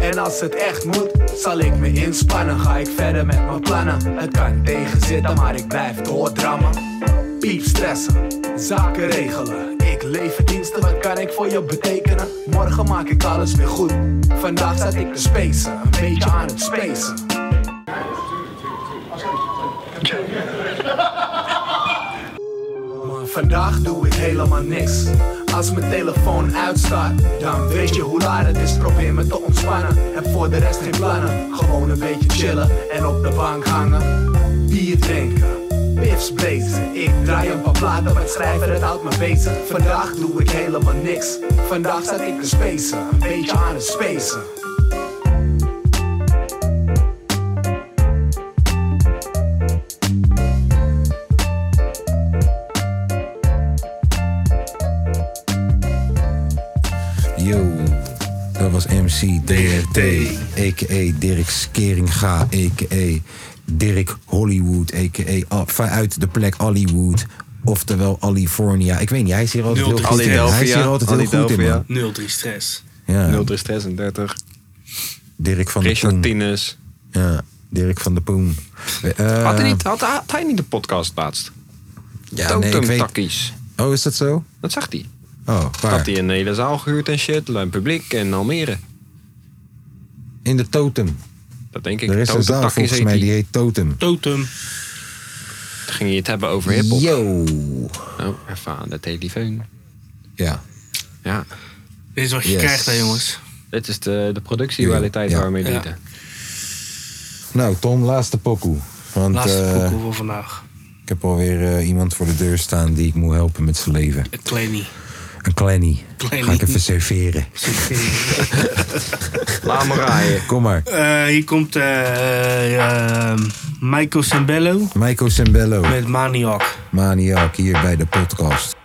[SPEAKER 8] En als het echt moet, zal ik me inspannen. Ga ik verder met mijn plannen. Het kan tegenzitten, maar ik blijf doordrammen. Piep stressen, zaken regelen. Ik lever diensten, wat kan ik voor je betekenen? Morgen maak ik alles weer goed. Vandaag zat ik te spacen, een beetje aan het spacen. Maar vandaag doe ik helemaal niks. Als mijn telefoon uitstaat, dan weet je hoe laat het is. Probeer me te ontspannen. Heb voor de rest geen plannen. Gewoon een beetje chillen en op de bank hangen. Bier drinken, piffs blazen. Ik draai een paar platen, wat schrijven, dat houdt me bezig. Vandaag doe ik helemaal niks. Vandaag zat ik te spacen, een beetje aan het spacen.
[SPEAKER 4] Yo. Oké, Dat was MC DRT, a.k.a. Dirk Skeringa, a.k.a. Dirk Hollywood, a.k.a. Al- vanuit de plek Hollywood. Oftewel California. Ik weet niet, hij is hier altijd heel goed in. Hij is hier altijd heel goed in, man.
[SPEAKER 6] 0-3 stress.
[SPEAKER 4] Ja,
[SPEAKER 5] 0336.
[SPEAKER 4] Dirk van der
[SPEAKER 5] Richard
[SPEAKER 4] Poen.
[SPEAKER 5] Tines.
[SPEAKER 4] Ja, Dirk van der Poen. Eh,
[SPEAKER 5] Had hij, niet, had, had hij niet de podcast laatst?
[SPEAKER 4] ja, nee, ik weet...
[SPEAKER 5] Totemtakkies.
[SPEAKER 4] Oh, is dat zo?
[SPEAKER 5] Dat zag hij.
[SPEAKER 4] Oh,
[SPEAKER 5] Had
[SPEAKER 4] waar?
[SPEAKER 5] hij een hele zaal gehuurd en shit. Een publiek en Almere.
[SPEAKER 4] In de Totem.
[SPEAKER 5] Dat denk ik.
[SPEAKER 4] Er is een zaal
[SPEAKER 5] Totemtakkies
[SPEAKER 4] volgens
[SPEAKER 5] heet
[SPEAKER 4] mij,
[SPEAKER 5] die.
[SPEAKER 4] die heet Totem.
[SPEAKER 6] Totem.
[SPEAKER 5] Toen ging je het hebben over hiphop.
[SPEAKER 4] Yo!
[SPEAKER 5] Oh, even aan de telefoon.
[SPEAKER 4] Ja.
[SPEAKER 5] Ja.
[SPEAKER 6] Dit is wat je
[SPEAKER 4] Yes.
[SPEAKER 6] krijgt, hè, jongens.
[SPEAKER 5] Dit is de, de productiekwaliteit
[SPEAKER 4] Ja.
[SPEAKER 5] waar we mee
[SPEAKER 6] Ja.
[SPEAKER 5] lieten.
[SPEAKER 4] Nou, Tom, laatste pokoe. Want
[SPEAKER 6] Laatste
[SPEAKER 4] eh,
[SPEAKER 6] pokoe voor vandaag.
[SPEAKER 4] ik heb alweer eh, iemand voor de deur staan die ik moet helpen met zijn leven.
[SPEAKER 6] Het Kleine.
[SPEAKER 4] Een Clanny.
[SPEAKER 6] Clanny.
[SPEAKER 4] Ga ik even serveren.
[SPEAKER 5] Laat maar rijden.
[SPEAKER 4] Kom maar.
[SPEAKER 6] Eh, hier komt eh, eh, Michael Sambello
[SPEAKER 4] Michael Sembello,
[SPEAKER 6] met Maniac.
[SPEAKER 4] Maniac, hier bij de podcast.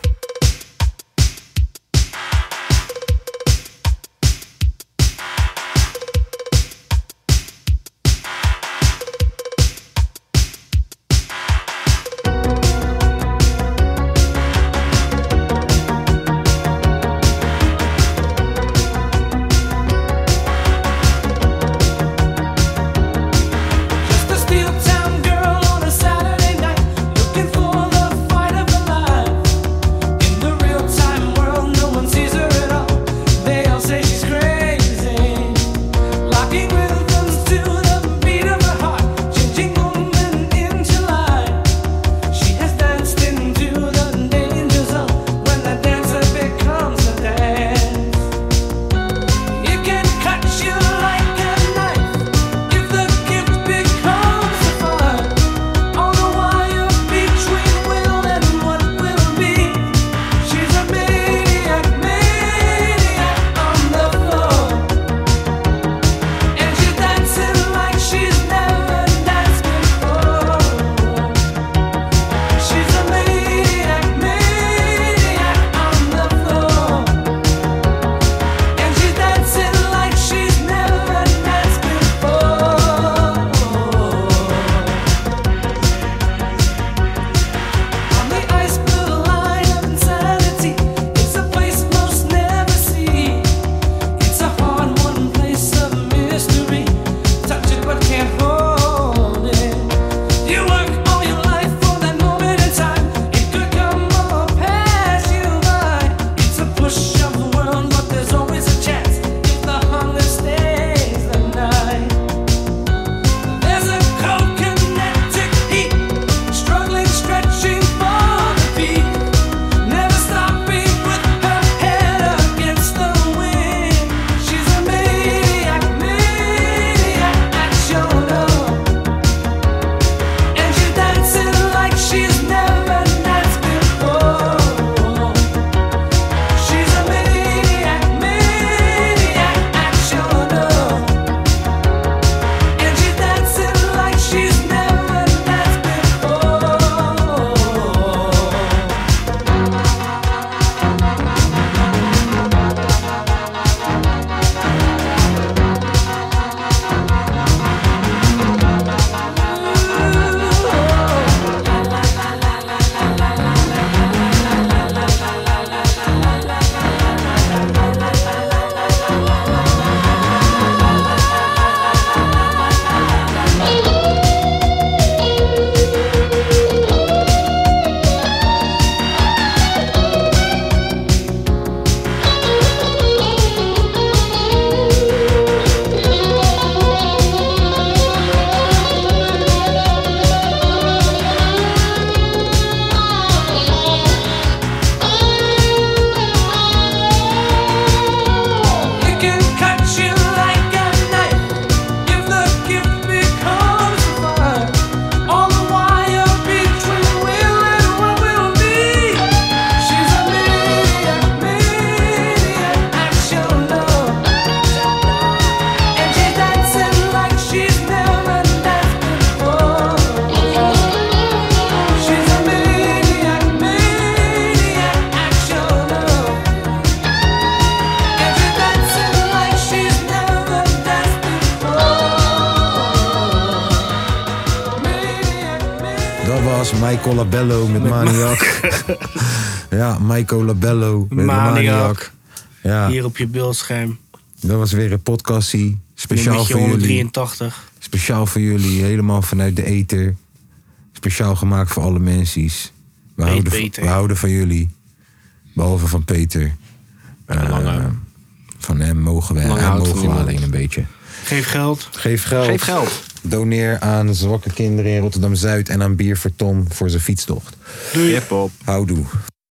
[SPEAKER 10] Just a steel town girl on a Saturday night, looking for the fight of her life.
[SPEAKER 4] was Michael Labello met, Maniac. ja, Michael Labello met
[SPEAKER 6] Maniac.
[SPEAKER 4] Maniac.
[SPEAKER 2] Ah.
[SPEAKER 4] Ja,
[SPEAKER 6] Hier op je beeldscherm.
[SPEAKER 4] dat was weer een podcastie. Speciaal
[SPEAKER 6] Nummertje
[SPEAKER 4] voor jullie.
[SPEAKER 6] 183.
[SPEAKER 4] Speciaal voor jullie, helemaal vanuit de ether. Speciaal gemaakt voor alle mensies. We, houden, van-
[SPEAKER 6] Peter.
[SPEAKER 4] we houden van jullie. Behalve van Peter. Eh, van hem mogen we,
[SPEAKER 11] Lange
[SPEAKER 4] hem
[SPEAKER 11] houdt van
[SPEAKER 4] mogen we
[SPEAKER 11] niemand.
[SPEAKER 4] alleen een beetje.
[SPEAKER 6] Geef geld.
[SPEAKER 4] Geef geld.
[SPEAKER 11] Geef geld.
[SPEAKER 4] Doneer aan zwakke kinderen in Rotterdam-Zuid en aan Bier voor Tom voor zijn fietstocht.
[SPEAKER 11] Hip op.
[SPEAKER 4] Houdoe.